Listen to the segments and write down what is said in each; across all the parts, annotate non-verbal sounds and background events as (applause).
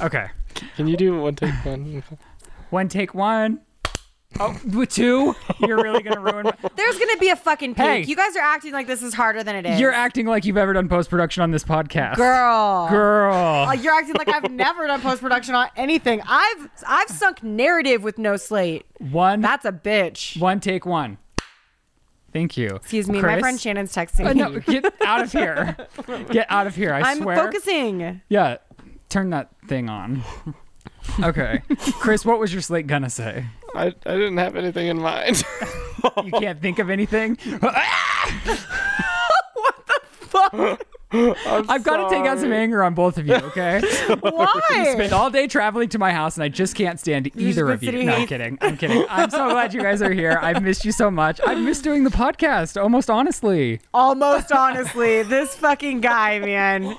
Okay. Can you do one take one? One take one. Oh, with two? You're really going to ruin my- (laughs) There's gonna be a fucking peak. Hey. You guys are acting like this is harder than it is. You're acting like you've ever done post production on this podcast. girl. Girl. Uh, You're acting like I've never done post production on anything. I've I've sunk narrative with no slate. One That's a bitch. one take one. Thank you. Excuse me, my Chris? friend Shannon's texting. Uh, me. no, get out of here. Get out of here. I I'm swear. (laughs) focusing. Yeah, turn that thing on. Okay. Chris, what was your slate gonna say? (laughs) I, I didn't have anything in mind. You can't think of (laughs) anything? I'm I've got to take out some sorry. anger on both of you, okay? Spend Why? all day traveling to my house, and I just can't stand either been of you. sitting No, here- I'm kidding. I'm kidding. I'm so glad you guys are here. I've missed you so much. I've missed doing the podcast, almost honestly. Almost honestly, this fucking guy, man.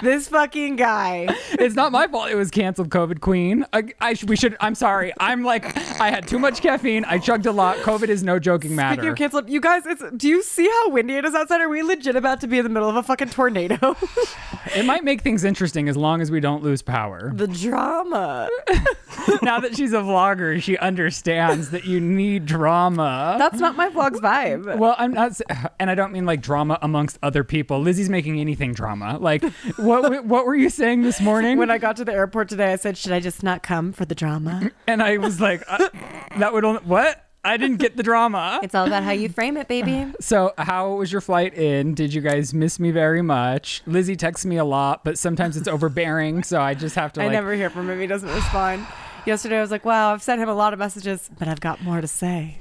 This fucking guy. It's not my fault. It was canceled. COVID queen. I, I sh- we should. I'm sorry. I'm like I had too much caffeine. I chugged a lot. COVID is no joking matter. Speaking of canceled, you guys, it's do you see how windy it is outside? Are we legit about to be in the middle of a fucking tornado? It might make things interesting as long as we don't lose power. the drama. (laughs) now that she's a vlogger, she understands that you need drama. That's not my vlog's vibe. well, I'm not, s- (sighs) and I don't mean like drama amongst other people. Lizzie's making anything drama. Like, what (laughs) w- what were you saying this morning? When I got to the airport today, I said, "Should I just not come for the drama?" and I was like, uh, that would only what? I didn't get the drama. It's all about how you frame it, (laughs) baby. So, how was your flight in? Did you guys miss me very much? Lizzie texts me a lot, but sometimes it's overbearing, so I just have to I like. never hear from him. He doesn't respond. Yesterday, I was like, "Wow, I've sent him a lot of messages, but I've got more to say."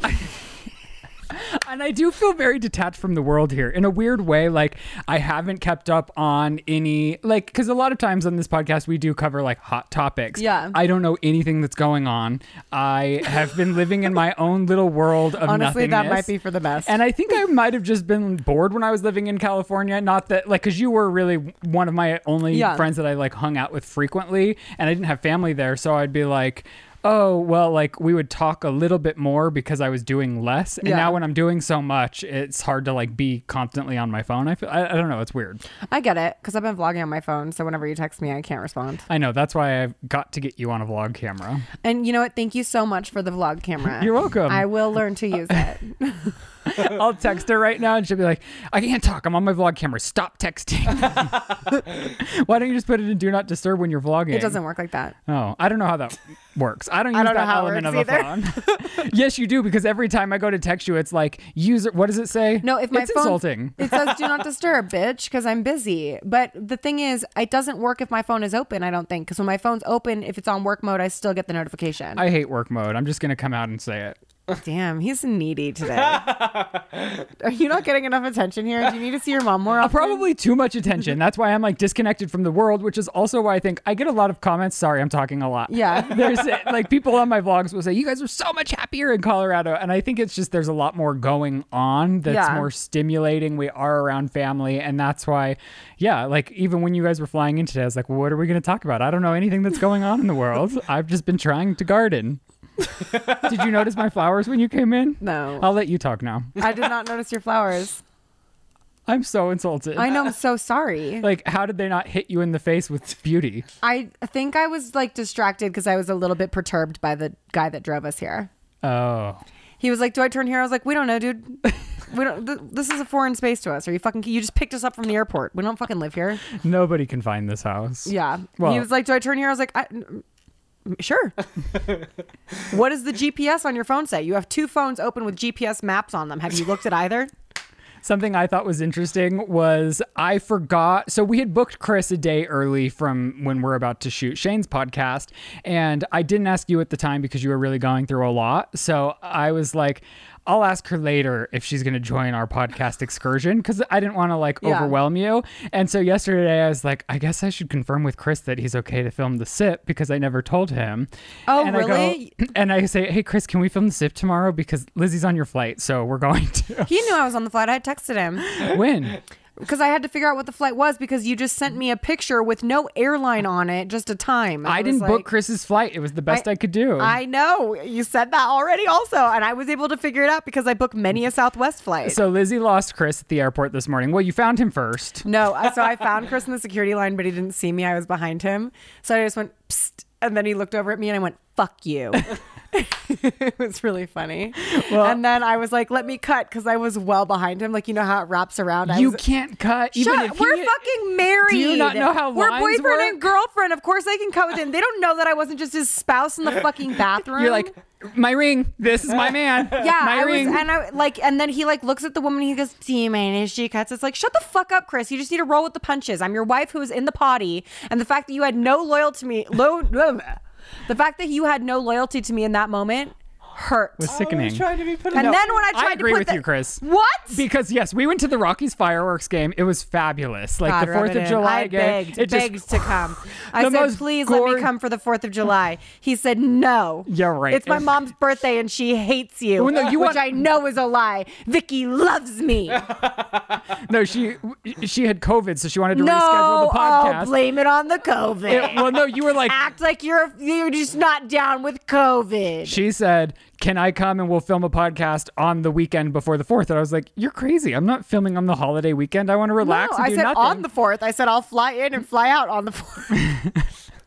And I do feel very detached from the world here in a weird way. Like, I haven't kept up on any, like, because a lot of times on this podcast, we do cover like hot topics. Yeah. I don't know anything that's going on. I have been living in my own little world of Honestly, that nothingness. might be for the best. And I think I might have just been bored when I was living in California. Not that, like, because you were really one of my only Yeah. friends that I like hung out with frequently, and I didn't have family there. So I'd be like, oh, well, like, we would talk a little bit more because I was doing less. And Yeah. now when I'm doing so much, it's hard to like be constantly on my phone. I feel, I, I don't know. It's weird. I get it because I've been vlogging on my phone, so whenever you text me, I can't respond. I know. That's why I've got to get you on a vlog camera. And you know what? Thank you so much for the vlog camera. You're welcome. I will learn to use it. I'll text her right now and she'll be like, I can't talk. I'm on my vlog camera. Stop texting. (laughs) why don't you just put it in do not disturb when you're vlogging? It doesn't work like that. Oh, I don't know how that works. I don't (laughs) use don't know that how it element of a works phone. (laughs) yes, you do because every time I go to text you, it's like user. What does it say? No, if my it's phone insulting. it says do not disturb, bitch, because I'm busy. But the thing is, it doesn't work if my phone is open. I don't think because when my phone's open, if it's on work mode, I still get the notification. I hate work mode. I'm just gonna come out and say it. Damn, (laughs) he's needy today. Are you not getting enough attention here? Do you need to see your mom (laughs) more often? Uh, Probably too much attention. That's why I'm like disconnected from the world, which is also why I think I get a lot of comments. Sorry, I'm talking a lot. Yeah. (laughs) there's like people on my vlogs will say you guys are so much happier in Colorado, and I think it's just there's a lot more going on that's Yeah. more stimulating. We are around family, and that's why, yeah. Like even when you guys were flying in today, I was like, what are we going to talk about? I don't know anything that's going on in the (laughs) world. I've just been trying to garden. Did you notice my flowers when you came in? No. I'll let you talk now. I did not notice your flowers. I'm so insulted. I know. I'm so sorry. Like, how did they not hit you in the face with beauty? I think I was like distracted because I was a little bit perturbed by the guy that drove us here. Oh. He was like, "Do I turn here?" I was like, "We don't know, dude. We don't. Th- this is a foreign space to us. Are you fucking? You just picked us up from the airport. We don't fucking live here." Nobody can find this house. Yeah. Well- he was like, "Do I turn here?" I was like, I, n- m- (laughs) "Sure." what does the GPS on your phone say? You have two phones open with GPS maps on them. Have you looked at either? Something I thought was interesting was I forgot. So we had booked Chris a day early from when we're about to shoot Shane's podcast. And I didn't ask you at the time because you were really going through a lot. So I was like, I'll ask her later if she's going to join our podcast excursion because I didn't want to like Yeah. overwhelm you. And so yesterday I was like, I guess I should confirm with Chris that he's okay to film the sip because I never told him. Oh, and really? I go, and I say, Hey, Chris, can we film the sip tomorrow? Because Lizzie's on your flight. So we're going (laughs) to. He knew I was on the flight. I had texted him when? because I had to figure out what the flight was because you just sent me a picture with no airline on it, just a time. I was didn't like- book Chris's flight. It was the best I, could do. I know you said that already, also, and I was able to figure it out because I booked many a Southwest flight. (laughs) so Lizzie lost Chris at the airport this morning. Well, you found him first. uh, no, I- so I found Chris in the security line, but he didn't see me. I was behind him, so I just went Psst, And then he looked over at me and I went, fuck (laughs) you. it was really funny. and then I was like, let me cut because I was well behind him. Like, you know how it wraps around. I You was, can't cut. Even Shut, if we're he- fucking married. Do you not know how We're lines boyfriend work? and girlfriend. Of course I can cut with him. They don't know that I wasn't just his spouse in the (laughs) fucking bathroom. You're like, my ring. This is my man. (laughs) Yeah, my I ring. was, and I like, and then he like looks at the woman. He goes, "Do you mind if she cuts?" It's like, shut the fuck up, Chris. You just need to roll with the punches. I'm your wife who was in the potty, and the fact that you had no loyalty to me, lo- um, the fact that you had no loyalty to me in that moment hurt. was sickening. trying to be put and out. then when I I tried agree to put with the- you, Chris. What? Because yes, we went to the Rockies fireworks game. It was fabulous. Like God, the rub Fourth it of in. July I game. begged, it begged just (sighs) to come. I The said, most please let gorg- me come for the Fourth of July. He said, no. Yeah, right. It's my mom's birthday and she hates you, Well, no, you which want- I know is a lie. Vicky loves me. (laughs) no. She she had COVID, so she wanted to reschedule no, the podcast. oh, blame it on the COVID. It- well, no, you were like. Act like you're you're just not down with COVID. She said, "Can I come and we'll film a podcast on the weekend before the 4th? And I was like, "You're crazy! I'm not filming on the holiday weekend. I want to relax no, and I do said nothing." on the fourth. I said I'll fly in and fly out on the fourth (laughs)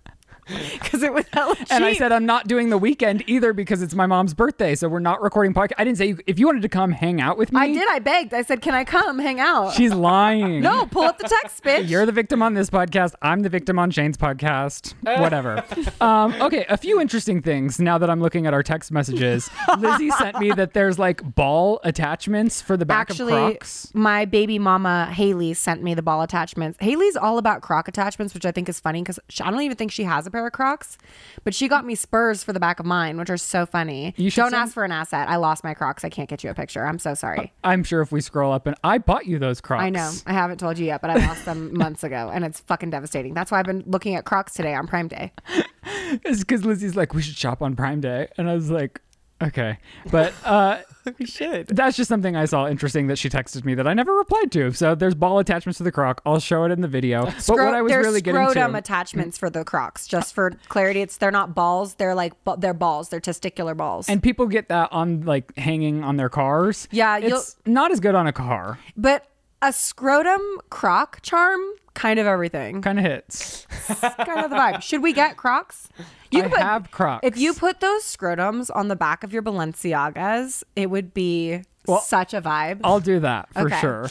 because it was hella cheap. and I said, I'm not doing the weekend either because it's my mom's birthday, so we're not recording podcast. I didn't say if you wanted to come hang out with me. I did. I begged. I said, "Can I come hang out?" She's lying. (laughs) no, pull up the (laughs) text, bitch. You're the victim on this podcast. I'm the victim on Shane's podcast. Whatever. um, okay, a few interesting things now that I'm looking at our text (laughs) messages. Lizzie sent me that there's like ball attachments for the back of Actually, Crocs. my baby mama Haley sent me the ball attachments. Haley's all about Croc attachments, which I think is funny because I don't even think she has a pair of Crocs, but she got me Spurs for the back of mine, which are so funny. You should don't send- ask for an asset. I lost my Crocs. I can't get you a picture. I'm so sorry. I'm sure if we scroll up and I bought you those Crocs. I know. I haven't told you yet, but I lost them months ago, and it's fucking devastating. That's why I've been looking at Crocs today on Prime Day. (laughs) It's because Lizzie's like, we should shop on Prime Day. And I was like, okay. But uh, (laughs) We should. that's just something I saw interesting that she texted me that I never replied to. So there's ball attachments to the croc. I'll show it in the video. but what I was they're really getting scrotum to. Mm. attachments for the Crocs. Just for clarity, it's they're not balls. They're like bu- they're balls. They're testicular balls. and people get that on like hanging on their cars. Yeah, you'll- it's not as good on a car. But a scrotum croc charm, kind of everything. Kind of hits. kind of (laughs) the vibe. Should we get crocs? I have Crocs. If you put those scrotums on the back of your Balenciagas, it would be such a vibe. I'll do that for Okay. sure.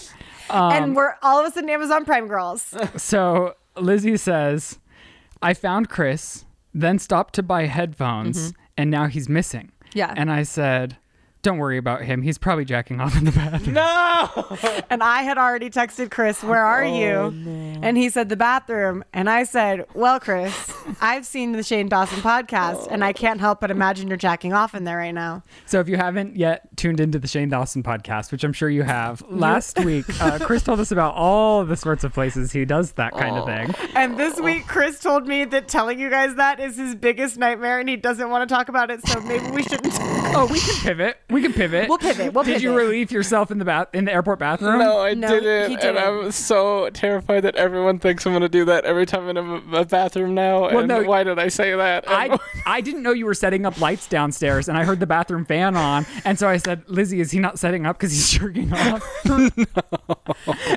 um, and we're all of a sudden Amazon (laughs) Prime girls. So Lizzie says, I found Chris, then stopped to buy headphones, and now he's missing. Mm-hmm. Yeah. And I said, Don't worry about him. He's probably jacking off in the (laughs) bathroom. No. and I had already texted Chris, "Where are Oh, you?" And he said the bathroom, and I said, "Well, Chris, (laughs) I've seen the Shane Dawson podcast, and I can't help but imagine you're jacking off in there right now." So if you haven't yet tuned into the Shane Dawson podcast, which I'm sure you have, (laughs) last week, uh, Chris told us about all the sorts of places he does that kind Oh. of thing. And this week, Chris told me that telling you guys that is his biggest nightmare, and he doesn't want to talk about it. So maybe we shouldn't. Oh, we can pivot. We can pivot. We'll pivot. We'll Did you pivot. relieve yourself in the bath in the airport bathroom? No, I No, didn't, he and didn't. I'm so terrified that everyone thinks I'm gonna do that every time in a, a bathroom now. and no, why did I say that? I (laughs) (laughs) And- I didn't know you were setting up lights downstairs, and I heard the bathroom fan on, and so I said, "Lizzie, is he not setting up because he's jerking (laughs) off?"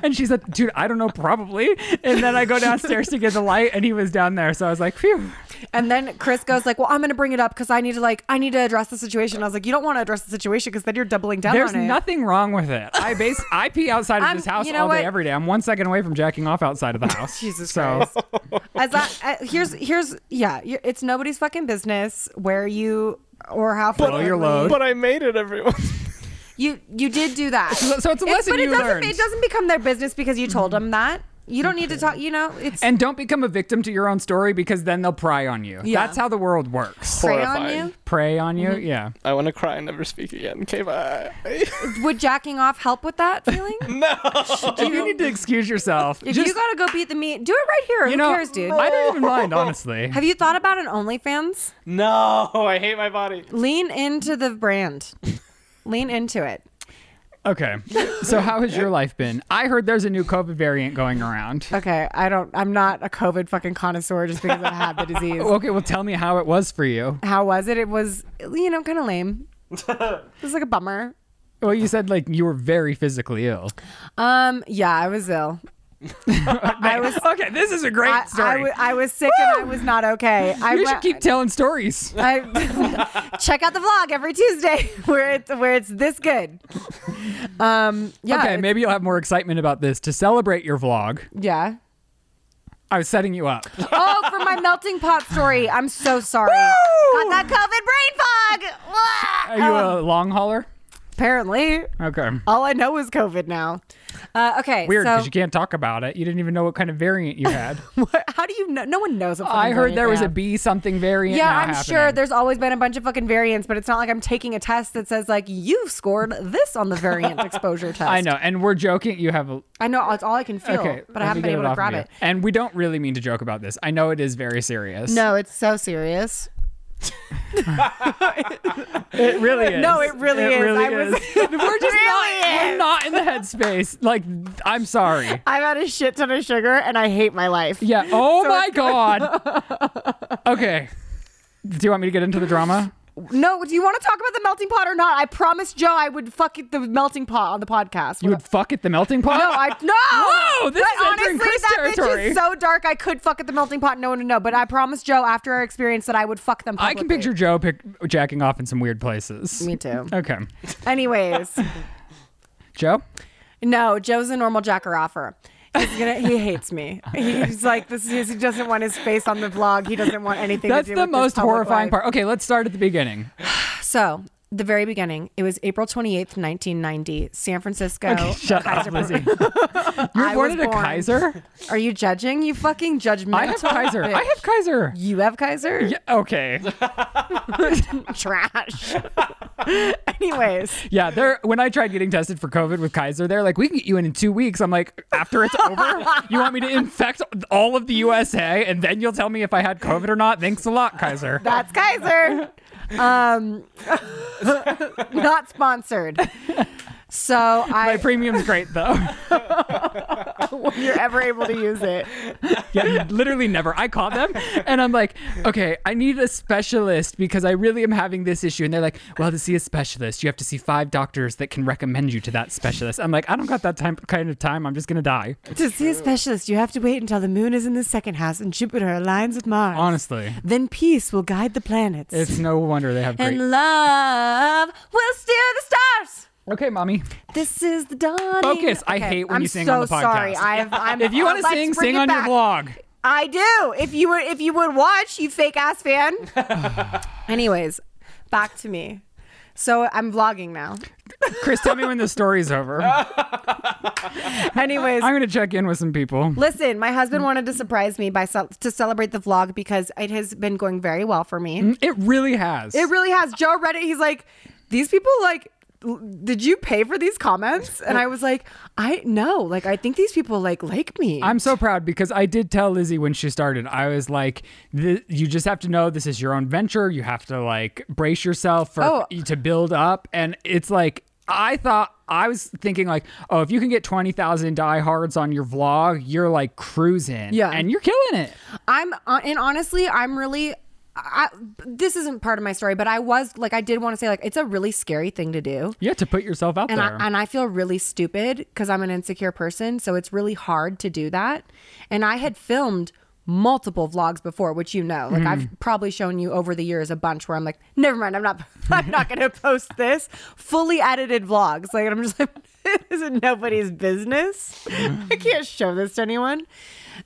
And she said, "Dude, I don't know, probably." And then I go downstairs to get the light, and he was down there, so I was like, "Phew." (laughs) And then Chris goes like, "Well, I'm going to bring it up because I need to like I need to address the situation." I was like, "You don't want to address the situation because then you're doubling down There's on it." nothing wrong with it. I base I pee outside of I'm- this house you know all day, what? every day. I'm one second away from jacking off outside of the house. (laughs) Jesus so, Christ. (laughs) As I, I here's here's yeah, you're, it's nobody's fucking business where you or how Blow your frequently- load. but I made it, everyone. (laughs) You you did do that. (laughs) So it's a lesson but it you doesn't learned. Mm-hmm. it doesn't become their business because you told them that. You don't need to talk. You know, it's And don't become a victim to your own story because then they'll pry on you. Yeah. Mm-hmm. That's how the world works. prey on horrifying. you. Prey on you, yeah. I want to cry and never speak again. Okay, bye. Would jacking off help with that feeling? no. If you need to excuse yourself, if just you gotta go beat the meat, do it right here. you Who know, cares, dude? I don't even (laughs) mind, honestly. Have you thought about an OnlyFans? (laughs) No, I hate my body. Lean into the brand. Lean into it. Okay. So how has your life been? I heard there's a new COVID variant going around. Okay, I don't. I'm not a COVID fucking connoisseur just because I (laughs) had the disease. Okay, well tell me how it was for you. How was it? It was, you know, kind of lame. it was like a bummer. Well, you said like you were very physically ill. Um, yeah, I was ill. I was (laughs) okay, this is a great I, I, story. wa- I was sick and I was not okay. I (laughs) you wa- should keep telling stories. (laughs) I (laughs) check out the vlog every Tuesday (laughs) where it's where it's (laughs) this good. Um, yeah, okay, it's- maybe you'll have more excitement about this to celebrate your vlog. yeah. I was setting you up. Oh, for (laughs) my melting pot story. I'm so sorry. Got that COVID brain fog. Wah! Um, Are you uh, a long hauler? Apparently, Okay. all I know is COVID now. Uh, okay, Weird So, because you can't talk about it. You didn't even know what kind of variant you (laughs) had. what, how do you know? No one knows. What I fucking heard variant there they was a have. B something variant. Yeah, now I'm sure happening. there's always been a bunch of fucking variants, but it's not like I'm taking a test that says like you scored this (laughs) on the variant exposure test. I know, and we're joking. You have a I know it's all I can feel, okay, but I let haven't me been get able off to of grab you. it. And we don't really mean to joke about this. I know it is very serious. No, it's so serious. it really is. (laughs) No, it really is. really I was- (laughs) is. we're just not, Really we're not in the headspace. Like, I'm sorry. I've had a shit ton of sugar and I hate my life. (laughs) Yeah. Oh my god. okay. Do you want me to get into the drama? No, do you want to talk about the melting pot or not? I promised Joe I would fuck it, the melting pot on the podcast. You would fuck at the melting pot. no, I no. (laughs) Whoa, this But is entering honestly, Chris that bitch territory. is so dark. I could fuck at the melting pot. and No one would know. But I promised Joe after our experience that I would fuck them. I can publicly. picture Joe pick, jacking off in some weird places. Me too. Okay. (laughs) Anyways, (laughs) Joe? no, Joe's a normal jacker offer. He's gonna. He hates me. He's like this. Is, he doesn't want his face on the vlog. He doesn't want anything. That's to do the with his most public horrifying life. part. Okay, let's start at the beginning. So, the very beginning, it was April 28th, 1990, San Francisco. Shut up, Kaiser- Lizzie. You're I born was at a born. Kaiser? (laughs) Are you judging? You fucking judgmental. (laughs) I have Kaiser. I bitch. have Kaiser. You have Kaiser? Yeah, okay. (laughs) (laughs) Trash. Anyways, Yeah, they're when I tried getting tested for COVID with Kaiser, they're like, "We can get you in in two weeks." I'm like, "After it's over, you want me to infect all of the USA, and then you'll tell me if I had COVID or not?" Thanks a lot, Kaiser. that's Kaiser. Um, (laughs) not sponsored. So My I, premium's great though. (laughs) when you're ever able to use it, yeah, literally never. I call them and I'm like, "Okay, I need a specialist because I really am having this issue." And they're like, "Well, to see a specialist, you have to see five doctors that can recommend you to that specialist." I'm like, "I don't got that time kind of time. I'm just gonna die." (laughs) to see a specialist, you have to wait until the moon is in the second house and Jupiter aligns with Mars. Honestly, Then peace will guide the planets. it's no wonder they have great. and love will steer the stars. Okay, mommy. This is the dawning. Focus. I hate when I'm you sing so on the podcast. Sorry, I've, (laughs) I'm, If you want to Oh, let's sing, bring sing it on back. your vlog. I do. If you would, if you would watch, you fake ass (laughs) fan. Anyways, back to me. So I'm vlogging now. Chris, tell me when the story's (laughs) over. I'm Anyways, going to check in with some people. listen. My husband wanted to surprise me by cel- to celebrate the vlog because it has been going very well for me. It really has. It really has. Joe read it. He's like, these people like. l- Did you pay for these comments? And I was like, I no, like I think these people like like me. I'm so proud because I did tell Lizzie when she started. I was like, "Th- "You just have to know this is your own venture. You have to like brace yourself for Oh. to build up." And it's like I thought I was thinking like, "Oh, if you can get twenty thousand diehards on your vlog, you're like cruising, Yeah. and you're killing it." I'm uh, and honestly, I'm really. I, this isn't part of my story, but I was like, I did want to say like, it's a really scary thing to do, You have to put yourself out and there. I and I feel really stupid because I'm an insecure person, so it's really hard to do that. And I had filmed multiple vlogs before, which you know, like I've probably shown you over the years a bunch where I'm like, never mind, I'm not, (laughs) I'm not gonna post this fully edited vlogs. Like I'm just like, (laughs) this is nobody's business. I can't show this to anyone.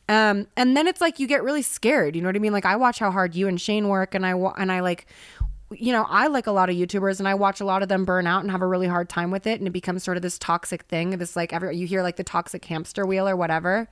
Um, and then it's like you get really scared. You know what I mean? Like I watch how hard you and Shane work, and I wa- and I like, you know, I like a lot of YouTubers, and I watch a lot of them burn out and have a really hard time with it, and it becomes sort of this toxic thing. This like every you hear like the toxic hamster wheel or whatever.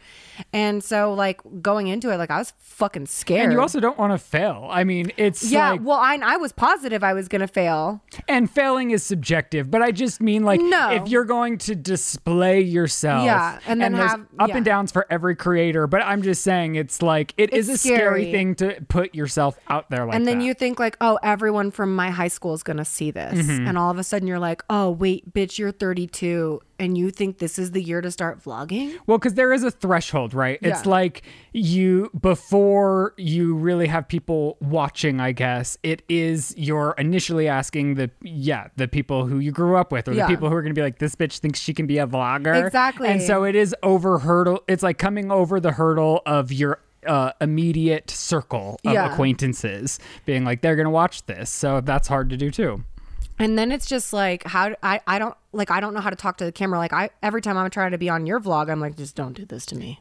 And so like going into it, like I was fucking scared. and you also don't want to fail. I mean, it's yeah, like, well, I, I was positive I was gonna fail. And failing is subjective, but I just mean like No. if you're going to display yourself, Yeah, and then there's have- up yeah. and downs for every creator. But I'm just saying it's like it's a scary. scary. thing to put yourself out there like and then that. you think like oh everyone from my high school is going to see this. Mm-hmm. And all of a sudden you're like, oh, wait, bitch, you're 32 and you think this is the year to start vlogging? Well, because there is a threshold, right? It's Yeah. like you, before you really have people watching, I guess, it is you're initially asking the, yeah, the people who you grew up with or Yeah. the people who are going to be like, this bitch thinks she can be a vlogger. Exactly. And so it is over hurdle. It's like coming over the hurdle of your uh, immediate circle of Yeah. acquaintances being like, they're going to watch this. So that's hard to do too. And then it's just like, how do- I, I don't like, I don't know how to talk to the camera. Like, I every time I'm trying to be on your vlog, I'm like, just don't do this to me.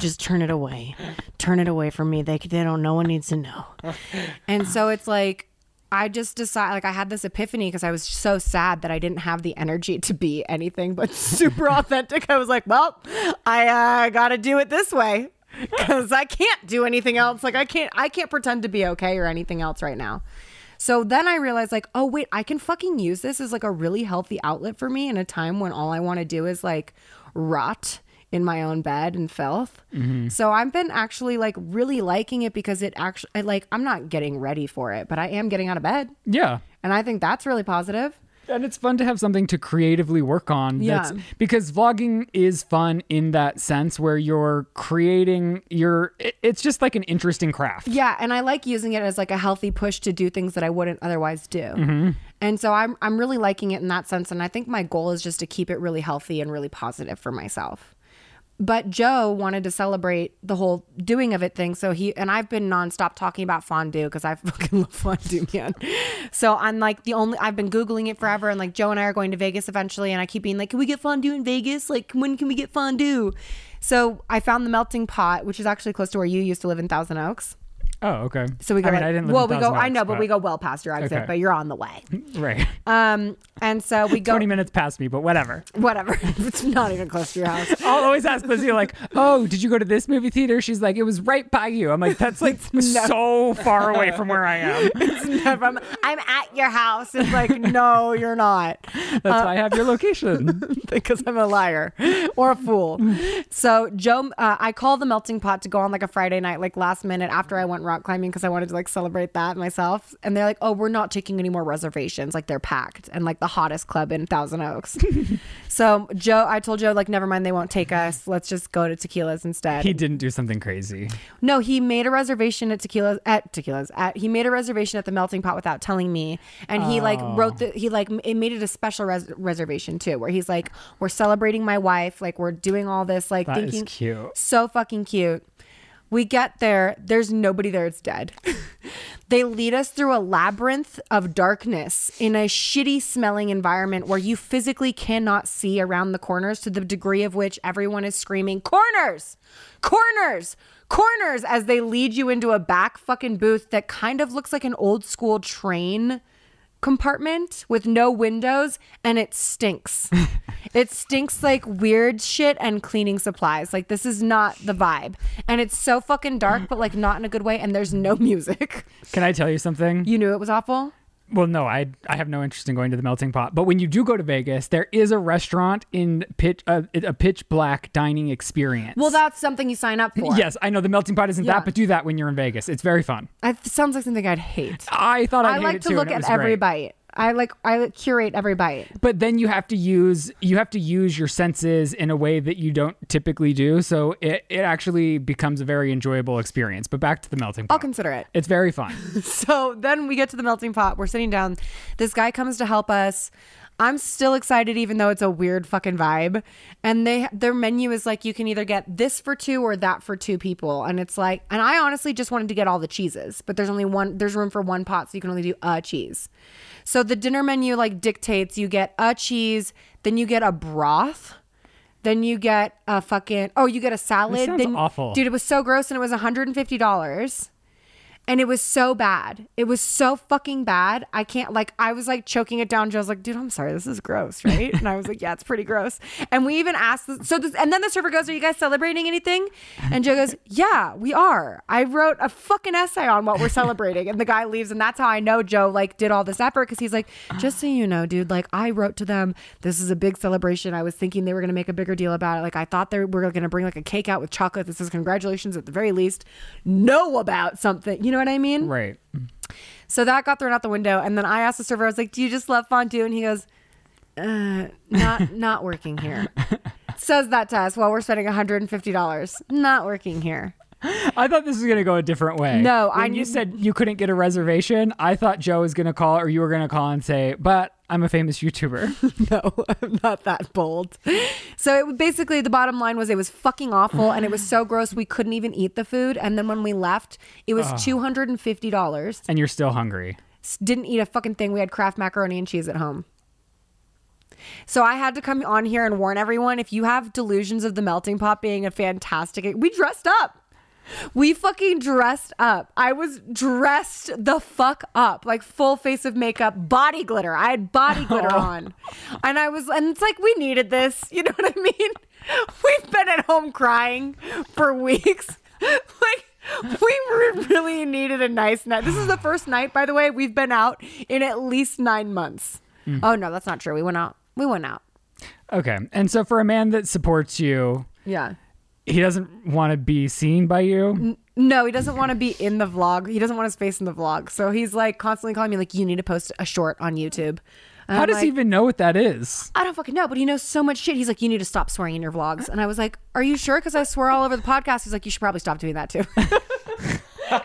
just turn it away. Turn it away from me. They, they don't, no one needs to know. And so it's like, I just decide like I had this epiphany because I was so sad that I didn't have the energy to be anything but super authentic. I was like, well, I uh, got to do it this way because I can't do anything else. Like I can't, I can't pretend to be okay or anything else right now. So then I realized like, oh wait, I can fucking use this as like a really healthy outlet for me in a time when all I want to do is like rot in my own bed and filth. So I've been actually like really liking it because it actually I, like I'm not getting ready for it, but I am getting out of bed, Yeah. and I think that's really positive. And it's fun to have something to creatively work on. Yeah. That's, because vlogging is fun in that sense where you're creating your, it- it's just like an interesting craft. Yeah, and I like using it as like a healthy push to do things that I wouldn't otherwise do. And so I'm I'm really liking it in that sense and I think my goal is just to keep it really healthy and really positive for myself. But Joe wanted to celebrate the whole doing of it thing. So he and I've been nonstop talking about fondue because I (laughs) fucking love fondue, man. So I'm like the only I've been googling it forever, and like Joe and I are going to Vegas eventually, and I keep being like, "Can we get fondue in Vegas? Like, when can we get fondue?" So I found the melting pot, which is actually close to where you used to live in Thousand Oaks. Oh, okay. So we go. I mean, like- I didn't live well, in we go. Thousand I know, Oaks, but, we go well past your exit. Okay. But you're on the way. (laughs) Right. Um, and so we go. 20 minutes past me, but (laughs) whatever. Whatever. it's not even close to your house. I'll always ask Lizzie, like, oh, did you go to this movie theater? She's like, it was right by you. I'm like, that's (laughs) like so far away from where I am. (laughs) It's never. I'm, I'm at your house. It's like, no, you're not. That's why I have your Uh, (laughs) location. because I'm a liar or a fool. So Joe, uh, I called the melting pot to go on like a Friday night, like last minute after I went rock climbing because I wanted to like celebrate that myself. And they're like, "Oh, we're not taking any more reservations. Like they're packed and like the hottest club in Thousand Oaks." so Joe, I told Joe like, "Never mind, they won't take us. Let's just go to Tequila's instead." He didn't do something crazy. No, he made a reservation at tequilas at tequilas at he made a reservation at the melting pot without telling me, and he like wrote the he like m- it made it a special res- reservation too, where he's like, we're celebrating my wife, like we're doing all this, like That is thinking cute. so fucking cute. We get there, there's nobody there, it's dead. they lead us through a labyrinth of darkness in a shitty smelling environment where you physically cannot see around the corners to the degree of which everyone is screaming, Corners! Corners! Corners! as they lead you into a back fucking booth that kind of looks like an old school train compartment with no windows and it (laughs) stinks. it stinks like weird shit and cleaning supplies. Like this is not the vibe. And it's so fucking dark but like not in a good way and there's no music. (laughs) Can I tell you something? You knew it was awful? Well, no, I I have no interest in going to the melting pot. But when you do go to Vegas, there is a restaurant in pitch uh, a pitch black dining experience. Well, that's something you sign up (laughs) for. yes, I know the melting pot isn't Yeah. that, but do that when you're in Vegas. It's very fun. I, it sounds like something I'd hate. I thought I'd I hate like it to too, look and it at was every great. bite. I like I curate every bite. But then you have to use you have to use your senses in a way that you don't typically do. So it, it actually becomes a very enjoyable experience. But back to the melting pot. I'll consider it. it's very fun. So then we get to the melting pot. We're sitting down. This guy comes to help us. I'm still excited, even though it's a weird fucking vibe. And they their menu is like you can either get this for two or that for two people. And it's like, and I honestly just wanted to get all the cheeses, but there's only one. There's room for one pot, so you can only do a cheese. So the dinner menu like dictates you get a cheese, then you get a broth. Then you get a fucking oh you get a salad. sounds then, awful. dude. It was so gross, and it was 150 dollars and it was so bad. It was so fucking bad. I can't like I was like choking it down. Joe's like, dude, I'm sorry, this is gross, right? And I was like, yeah, it's pretty gross. And we even asked this, so this and then the server goes, Are you guys celebrating anything? And Joe goes, Yeah, we are. I wrote a fucking essay on what we're celebrating. And the guy leaves, and that's how I know Joe like did all this effort because he's like, just so you know, dude, like I wrote to them, this is a big celebration. I was thinking they were gonna make a bigger deal about it. Like I thought they were gonna bring like a cake out with chocolate. This is congratulations at the very least. Know about something. You know what I mean? right. So that got thrown out the window. And then I asked the server, I was like, "Do you just love fondue?" And he goes, uh, "Not, not working here." Says that to us while we're spending one hundred and fifty dollars. Not working here. I thought this was gonna go a different way. No, I when you kn- said you couldn't get a reservation, I thought Joe was gonna call or you were gonna call and say, "But I'm a famous (laughs) YouTuber." No, I'm not that bold. So it was- basically the bottom line was it was fucking awful and it was so gross we couldn't even eat the food. And then when we left, it was two hundred and fifty dollars. and you're still hungry. Didn't eat a fucking thing. We had Kraft macaroni and cheese at home. So I had to come on here and warn everyone: if you have delusions of the melting pot being a fantastic, we dressed up. We fucking dressed up. I was dressed the fuck up, like full face of makeup, body glitter. I had body glitter on. And I was, and it's like, we needed this. (laughs) You know what I mean? We've been at home crying for weeks. (laughs) like, we re- really needed a nice night. This is the first night, by the way, we've been out in at least nine months. Oh, no, that's not true. We went out. We went out. Okay, and so for a man that supports you, Yeah. he doesn't want to be seen by you. No, he doesn't want to be in the vlog. He doesn't want his face in the vlog. So he's like constantly calling me, like, you need to post a short on YouTube. And How I'm does he like, even know what that is? I don't fucking know, but he knows so much shit. He's like, you need to stop swearing in your vlogs. And I was like, are you sure? Because I swear all over the podcast. He's like, you should probably stop doing that too. (laughs)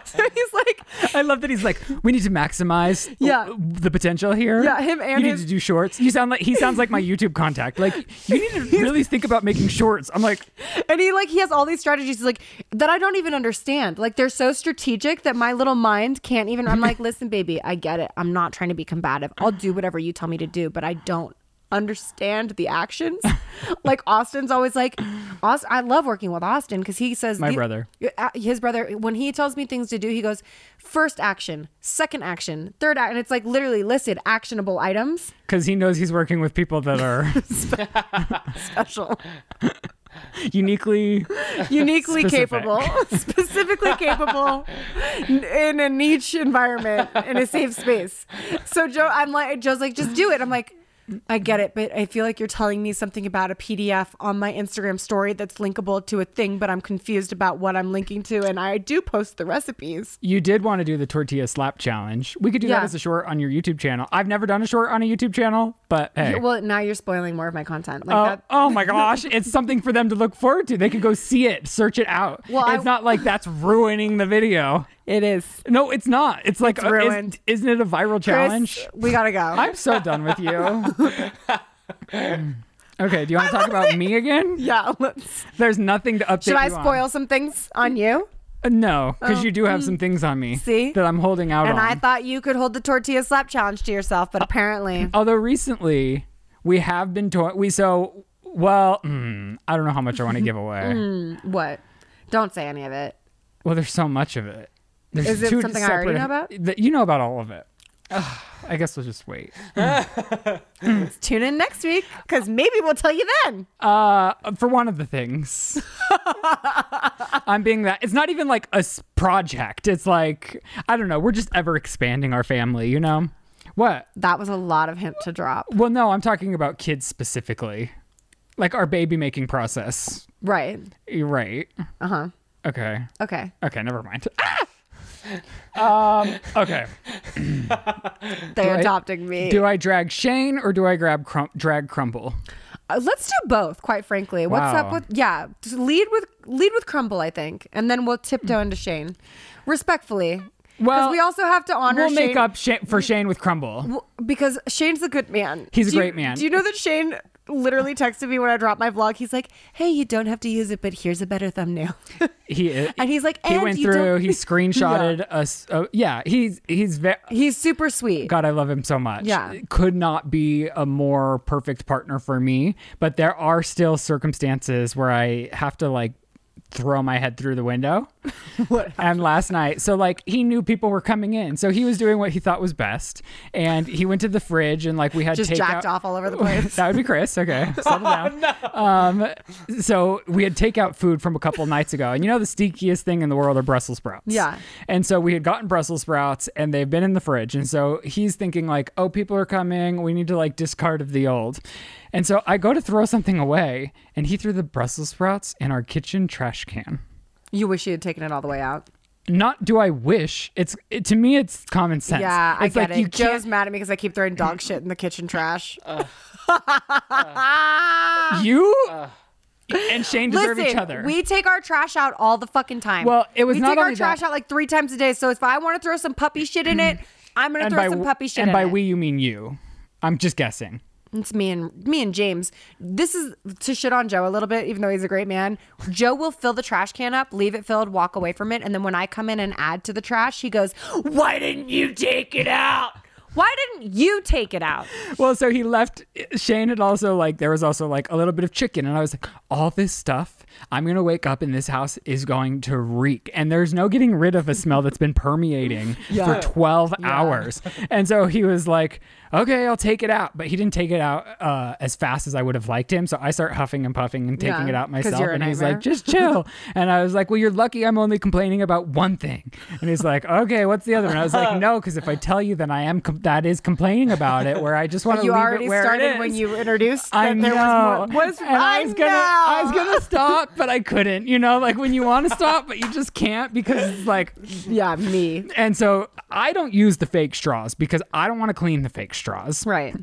so he's like, I love that he's like, we need to maximize (laughs) Yeah. w- the potential here. Yeah, him and you his- need to do shorts. You sound like he sounds like my (laughs) YouTube contact. Like you need to really think about making shorts. I'm like, and he like he has all these strategies he's like that I don't even understand. Like they're so strategic that my little mind can't even. I'm like, listen, baby, I get it. I'm not trying to be combative. I'll do whatever you tell me to do, but I don't understand the actions. (laughs) like Austin's always like, Austin. I love working with Austin because he says My the- brother. uh, his brother when he tells me things to do he goes first action second action third action and it's like literally listed actionable items (laughs) because he knows he's working with people that are special uniquely. uniquely Specific. capable, (laughs) specifically capable n- in a niche environment in a safe space. So Joe, I'm like Joe's like just do it. I'm like I get it, but I feel like you're telling me something about a PDF on my Instagram story that's linkable to a thing, but I'm confused about what I'm linking to and I do post the recipes. You did want to do the tortilla slap challenge. We could do Yeah. that as a short on your YouTube channel. I've never done a short on a YouTube channel, but hey. Well, now you're spoiling more of my content. Like Oh, that oh my gosh, it's something for them to look forward to. They could go see it, search it out. Well, I- it's not like that's ruining the video. it is. No, it's not. It's like uh, is- ruined. isn't it a viral Chris, challenge? we gotta go. I'm so done (laughs) with you. okay, do you want to talk about me again? (laughs) yeah, let's, There's nothing to update. should I you on. spoil some things on you? Uh, No, because you do have some things on me See? that I'm holding out And on. Uh, I thought you could hold the tortilla slap challenge to yourself, but apparently Although recently we have been to we so well, mm, I don't know how much I want (laughs) to give away. Mm. What? Don't say any of it. Well, there's so much of it. There's Is it two something I already separate- know about? that- you know about all of it. Ugh, I guess we'll just wait. Tune in next week because maybe we'll tell you then. Uh, for one of the things, I'm being that. It's not even like a s- project. It's like I don't know. We're just ever expanding our family. You know what? That was a lot of hint to drop. Well, no, I'm talking about kids specifically, like our baby making process. Right. You're right. Uh huh. Okay. Okay. Okay, never mind. um, okay. They're I- adopting me. Do I drag Shane or do I grab crum- drag Crumble? Uh, Let's do both, quite frankly. What's up Wow. with yeah? Just lead with lead with Crumble, I think, and then we'll tiptoe into Shane, respectfully. Because Well, we also have to honor We'll Shane make up Shane, for Shane with Crumble. Well, because Shane's a good man. He's a Do you- great man. Do you know that Shane literally texted me when I dropped my vlog? He's like, "Hey, you don't have to use it, but here's a better thumbnail." (laughs) He and and he's like, he and went you through. don't- (laughs) He screenshotted us. Uh, yeah, he's he's ve- He's super sweet. God, I love him so much. Yeah. could not be a more perfect partner for me. But there are still circumstances where I have to like throw my head through the (laughs) window. and last night, so like he knew people were coming in, so he was doing what he thought was best, and he went to the fridge and like we had Just takeout- jacked off all over (laughs) the place. that would be Chris. Okay, settle down. Um, so we had takeout food from a couple nights ago, and you know the stinkiest thing in the world are Brussels sprouts. Yeah. And so we had gotten Brussels sprouts, and they've been in the fridge, and so he's thinking like, "Oh, people are coming. We need to like discard of the old." And so I go to throw something away, and he threw the Brussels sprouts in our kitchen trash can. you wish you had taken it all the way out. not do I wish. It's it, to me, it's common sense. Yeah, I It's get like it. you can't- Joe's mad at me because I keep throwing dog shit in the kitchen trash. you and Shane (laughs) deserve Listen, each other. we take our trash out all the fucking time. Well, it was we not take our only that- trash out like three times a day. So if I want to throw some puppy shit (clears throat) in it, I'm gonna and throw by some w- puppy shit. And in by it. we, you mean you. I'm just guessing. It's me and me and James. This is to shit on Joe a little bit, even though he's a great man. Joe will fill the trash can up, leave it filled, walk away from it, and then when I come in and add to the trash, he goes, "Why didn't you take it out? Why didn't you take it out?" Well, so he left. Shane had also like there was also like a little bit of chicken, and I was like, all this stuff. I'm gonna wake up, and this house is going to reek, and there's no getting rid of a smell that's been (laughs) permeating for 12 hours. And so he was like, okay, I'll take it out, but he didn't take it out uh, as fast as I would have liked him. So I start huffing and puffing and taking Yeah, it out 'cause myself, you're a and he's nightmare. like, just (laughs) chill. and I was like, well, you're lucky. I'm only complaining about one thing. And he's like, okay, what's the other? And I was like, no, because if I tell you, then I am com- that is complaining about it, where I just want to You leave already it where it started is. when you introduced that I know. there was more. Was, and I, was gonna, I was gonna stop, but I couldn't. You know, like when you want to stop, but you just can't because it's like. Yeah, me. And so I don't use the fake straws because I don't want to clean the fake straws. Right.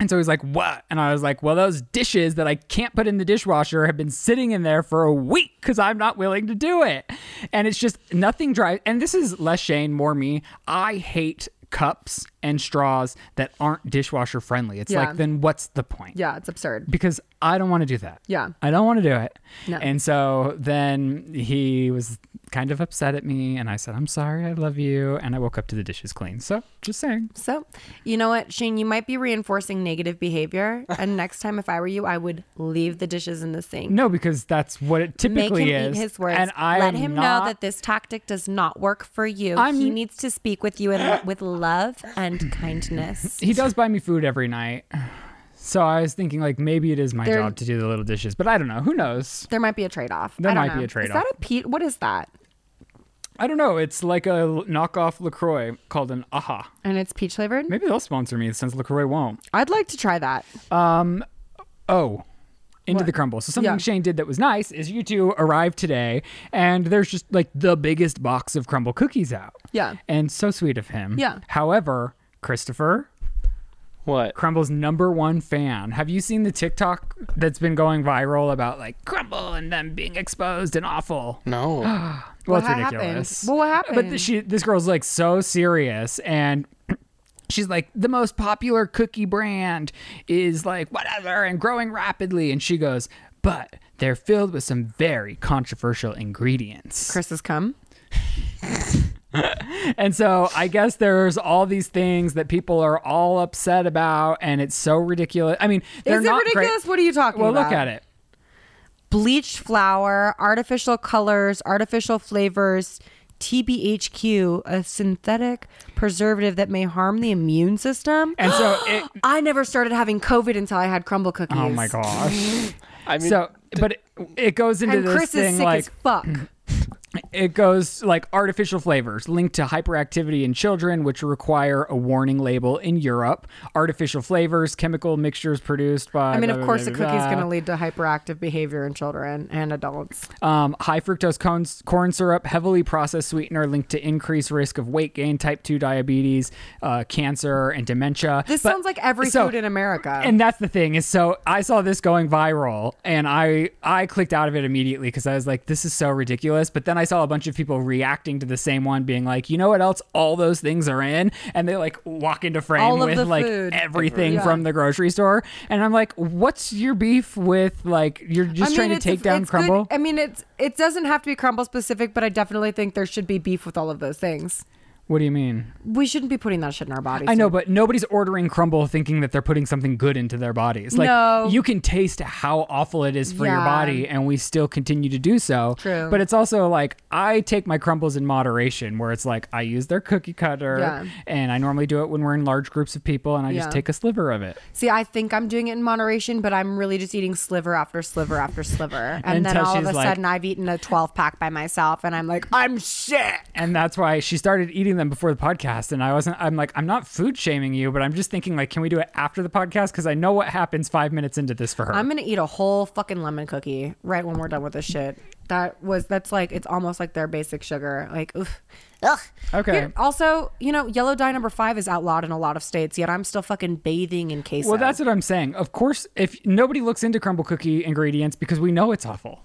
And so he's like, "What?" And I was like, "Well, those dishes that I can't put in the dishwasher have been sitting in there for a week because I'm not willing to do it." And it's just nothing dry. And this is less Shane, more me. I hate cups and straws that aren't dishwasher friendly. It's Yeah. like, then what's the point? Yeah, it's absurd. because I don't want to do that. Yeah. I don't want to do it. No. And so then he was kind of upset at me and I said, I'm sorry, I love you. And I woke up to the dishes clean. So just saying. So, you know what, Shane, you might be reinforcing negative behavior. And next time, if I were you, I would leave the dishes in the sink. No, because that's what it Make him typically is. eat his words. And I Let am him know not- that this tactic does not work for you. I'm- he needs to speak with you in, with love and kindness. (laughs) he does buy me food every night. (sighs) So I was thinking like maybe it is my There- job to do the little dishes, but I don't know. Who knows? There might be a trade off. There I don't might be know. a Is trade-off. that a Pete? What is that? I don't know. It's like a l- knockoff LaCroix called an aha. And it's peach flavored? Maybe they'll sponsor me since LaCroix won't. I'd like to try that. Oh, into the crumble. So something Yeah. Shane did that was nice is you two arrived today, and there's just like the biggest box of crumble cookies out. Yeah. and so sweet of him. Yeah. However, Christopher, What? Crumble's number one fan. Have you seen the TikTok that's been going viral about like Crumble and them being exposed and awful? (gasps) No. Well, What it's happened? ridiculous. Well, what But happened? th- she, this girl's like so serious, and (clears throat) she's like, the most popular cookie brand is like whatever and growing rapidly. And she goes, but they're filled with some very controversial ingredients. Chris has come. And so I guess there's all these things that people are all upset about, and it's so ridiculous. I mean, they're Is it not great- ridiculous? What are you talking Well, about? look at it. bleached flour, artificial colors, artificial flavors, TBHQ, a synthetic preservative that may harm the immune system. And so (gasps) it. I never started having COVID until I had crumble cookies. Oh my gosh. I mean, So, but it, it goes into And this Chris thing is sick like as fuck. (clears throat) it goes like artificial flavors linked to hyperactivity in children, which require a warning label in Europe. Artificial flavors, chemical mixtures produced by. I mean, blah, of blah, course, a blah, cookie's blah, blah. going to lead to hyperactive behavior in children and adults. Um, high fructose corn, corn syrup, heavily processed sweetener linked to increased risk of weight gain, type 2 diabetes, uh, cancer, and dementia. This sounds like every food in America. And that's the thing is, so I saw this going viral, and I I clicked out of it immediately because I was like, this is so ridiculous. But then I saw a bunch of people reacting to the same one, being like, you know what else? All those things are in, and they like walk into frame All of with the like food. everything Yeah. from the grocery store, and I'm like, what's your beef with like you're just trying to it's- take down it's good- crumble? I mean, it's it doesn't have to be crumble specific, but I definitely think there should be beef with all of those things. What do you mean? We shouldn't be putting that shit in our bodies. I know, but nobody's ordering crumble thinking that they're putting something good into their bodies. Like No. you can taste how awful it is for your Yeah. body, and we still continue to do so. True. But it's also like I take my crumbles in moderation, where it's like I use their cookie cutter, Yeah. and I normally do it when we're in large groups of people, and I Yeah. just take a sliver of it See, I think I'm doing it in moderation, but I'm really just eating sliver after sliver after sliver. (laughs) And then Until all of she's a like- sudden, I've eaten a 12 pack by myself and I'm like, I'm sick. and that's why she started eating eating them before the podcast, and I wasn't. I'm like, I'm not food shaming you, but I'm just thinking like, can we do it after the podcast? Because I know what happens five minutes into this for her. I'm gonna eat a whole fucking lemon cookie right when we're done with this shit. That was that's like it's almost like their basic sugar. Like oof. Ugh. Okay. Here- also, you know, yellow dye number five is outlawed in a lot of states, yet I'm still fucking bathing in queso. well, that's what I'm saying. Of course, if nobody looks into crumble cookie ingredients because we know it's awful.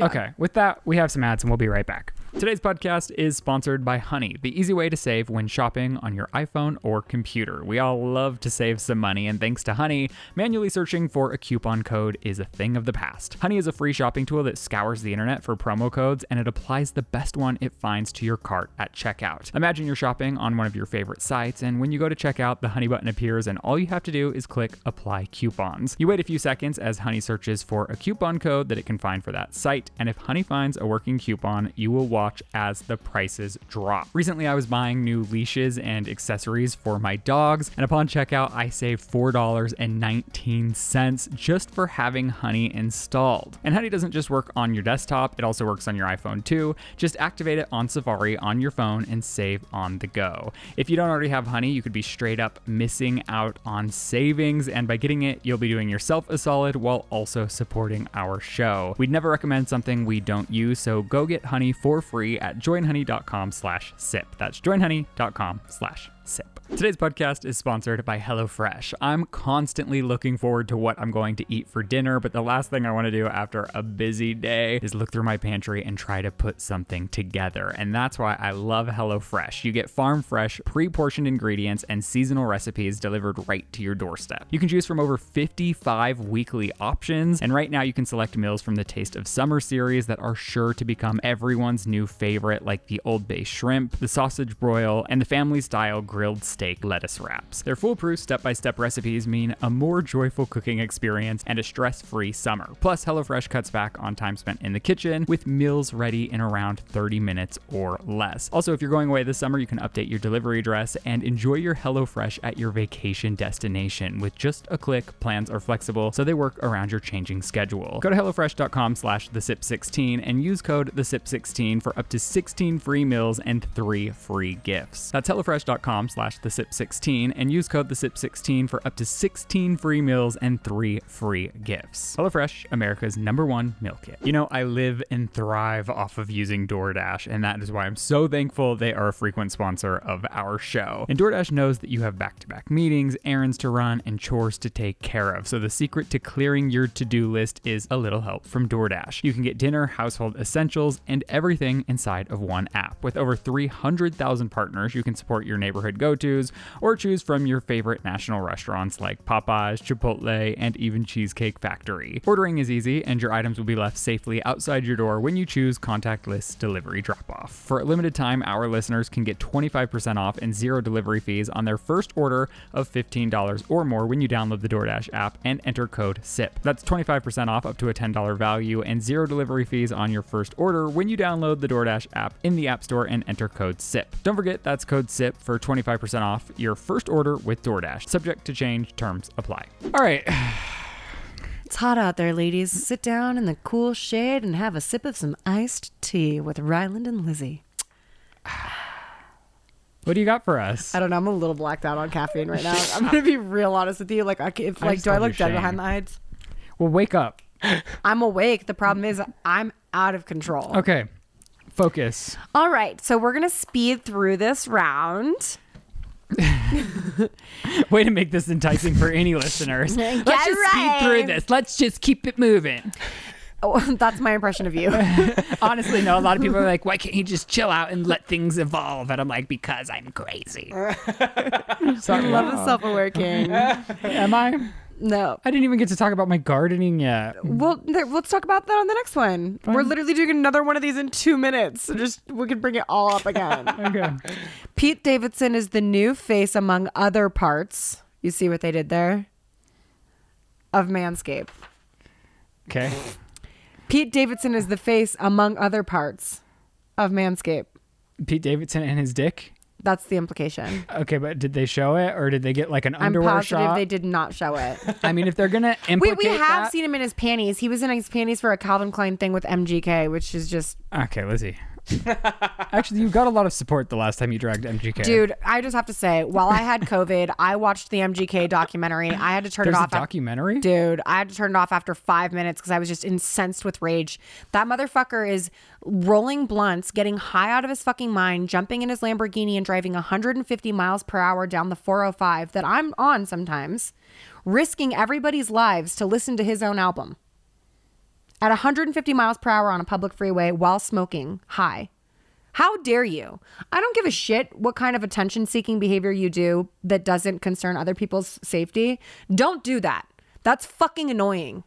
Okay, with that, we have some ads and we'll be right back. Today's podcast is sponsored by Honey, the easy way to save when shopping on your iPhone or computer. We all love to save some money, and thanks to Honey, manually searching for a coupon code is a thing of the past. Honey is a free shopping tool that scours the internet for promo codes and it applies the best one it finds to your cart at checkout. Imagine you're shopping on one of your favorite sites, and when you go to checkout, the Honey button appears, and all you have to do is click Apply Coupons. You wait a few seconds as Honey searches for a coupon code that it can find for that site, and if Honey finds a working coupon, you will watch as the prices drop. Recently, I was buying new leashes and accessories for my dogs, and upon checkout, I saved $4.19 just for having Honey installed. And Honey doesn't just work on your desktop, it also works on your iPhone too. Just activate it on Safari on your phone and save on the go. If you don't already have Honey, you could be straight up missing out on savings, and by getting it, you'll be doing yourself a solid while also supporting our show. We'd never recommend something we don't use, so go get Honey for free at joinhoney.com/sip. slash sip. That's joinhoney.com/sip. slash sip. Today's podcast is sponsored by HelloFresh. I'm constantly looking forward to what I'm going to eat for dinner, but the last thing I want to do after a busy day is look through my pantry and try to put something together. And that's why I love HelloFresh. You get farm fresh, pre portioned ingredients and seasonal recipes delivered right to your doorstep. You can choose from over 55 weekly options, and right now you can select meals from the Taste of Summer series that are sure to become everyone's new favorite, like the Old Bay shrimp, the sausage broil, and the family style grilled steak lettuce wraps. Their foolproof step by step recipes mean a more joyful cooking experience and a stress free summer. Plus, HelloFresh cuts back on time spent in the kitchen with meals ready in around 30 minutes or less. Also, if you're going away this summer, you can update your delivery address and enjoy your HelloFresh at your vacation destination. With just a click, plans are flexible, so they work around your changing schedule. Go to HelloFresh.com slash the sip 16 and use code the sip 16 for up to 16 free meals and three free gifts. That's HelloFresh.com slash the sip 16 and use code the sip 16 for up to 16 free meals and three free gifts. HelloFresh, America's number one meal kit. You know, I live and thrive off of using DoorDash, and that is why I'm so thankful they are a frequent sponsor of our show. And DoorDash knows that you have back to back meetings, errands to run, and chores to take care of. So the secret to clearing your to do list is a little help from DoorDash. You can get dinner, household essentials, and everything inside of one app. With over 300,000 partners, you can support your neighborhood go tos or choose from your favorite national restaurants like Popeyes, Chipotle, and even Cheesecake Factory. Ordering is easy, and your items will be left safely outside your door when you choose contactless delivery drop off. For a limited time, our listeners can get 25% off and zero delivery fees on their first order of $15 or more when you download the DoorDash app and enter code SIP. That's 25% off up to a $10 value and zero delivery fees on your first order when you download the DoorDash app in the App Store and enter code SIP. Don't forget that's code SIP for 25% off your first order with DoorDash. Subject to change, terms apply. All right. (sighs) it's hot out there, ladies. Sit down in the cool shade and have a sip of some iced tea with Ryland and Lizzie. What do you got for us? I don't know. I'm a little blacked out on caffeine right now. I'm gonna be real honest with you. Like, I, ca- if I like, just do I love look your dead behind shame. the eyes? Well, wake up. I'm awake. The problem is I'm out of control. Okay. Focus. All right, so we're gonna speed through this round. Way to make this enticing for any (laughs) listeners. Let's Get just speed through right. this. Let's just keep it moving. Oh, (laughs) that's my (laughs) impression of you. (laughs) Honestly, no, a lot of people are like, why can't you just chill out and let things evolve? And I'm like, because I'm (laughs) crazy. Sorry, Love the self-aware (laughs) king. am I? No. I didn't even get to talk about my gardening yet. Well, th- let's talk about that on the next one. We're literally doing another one of these in two minutes, so just we can bring it all (laughs) up again. (laughs) Okay. Pete Davidson is the new face, among other parts. You see what they did there? Of Manscaped. Okay. Pete Davidson is the face, among other parts, of Manscaped. Pete Davidson and his dick. That's the implication. Okay, but did they show it or did they get like an I'm underwear positive shot? they did not (laughs) show it. I mean, if they're gonna (laughs) We, implicate we have that- seen him in his panties. He was in his panties for a Calvin Klein thing with MGK, which is just (laughs) Okay, Lizzie. Actually, you got a lot of support the last time you dragged MGK. Dude, I just have to say, while I had COVID, I watched the MGK documentary. I had to turn there's it a off. at- documentary. Dude, I had to turn it off after five minutes because I was just incensed with rage. That motherfucker is rolling blunts, getting high out of his fucking mind, jumping in his Lamborghini and driving 150 miles per hour down the 405 that I'm on sometimes, risking everybody's lives to listen to his own album at 150 miles per hour on a public freeway while smoking high. How dare you? I don't give a shit what kind of attention seeking behavior you do that doesn't concern other people's safety. Don't do that. That's fucking annoying.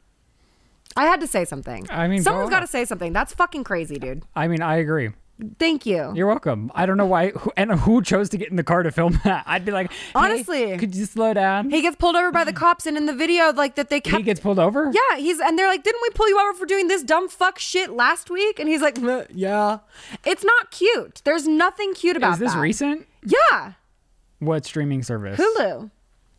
I had to say something. I mean, someone's go got to off. say something. That's fucking crazy, dude. I mean, I agree. Thank you. You're welcome. I don't know why who, and who chose to get in the car to film (laughs) that. I'd be like, hey, Honestly. could you slow down? he gets pulled over by the cops, and in the video, like that, they he kept. gets pulled over. yeah, he's and they're like, didn't we pull you over for doing this dumb fuck shit last week? And he's like, "Meh, yeah. It's not cute. There's nothing cute about Is this that. recent? Yeah, What streaming service? Hulu.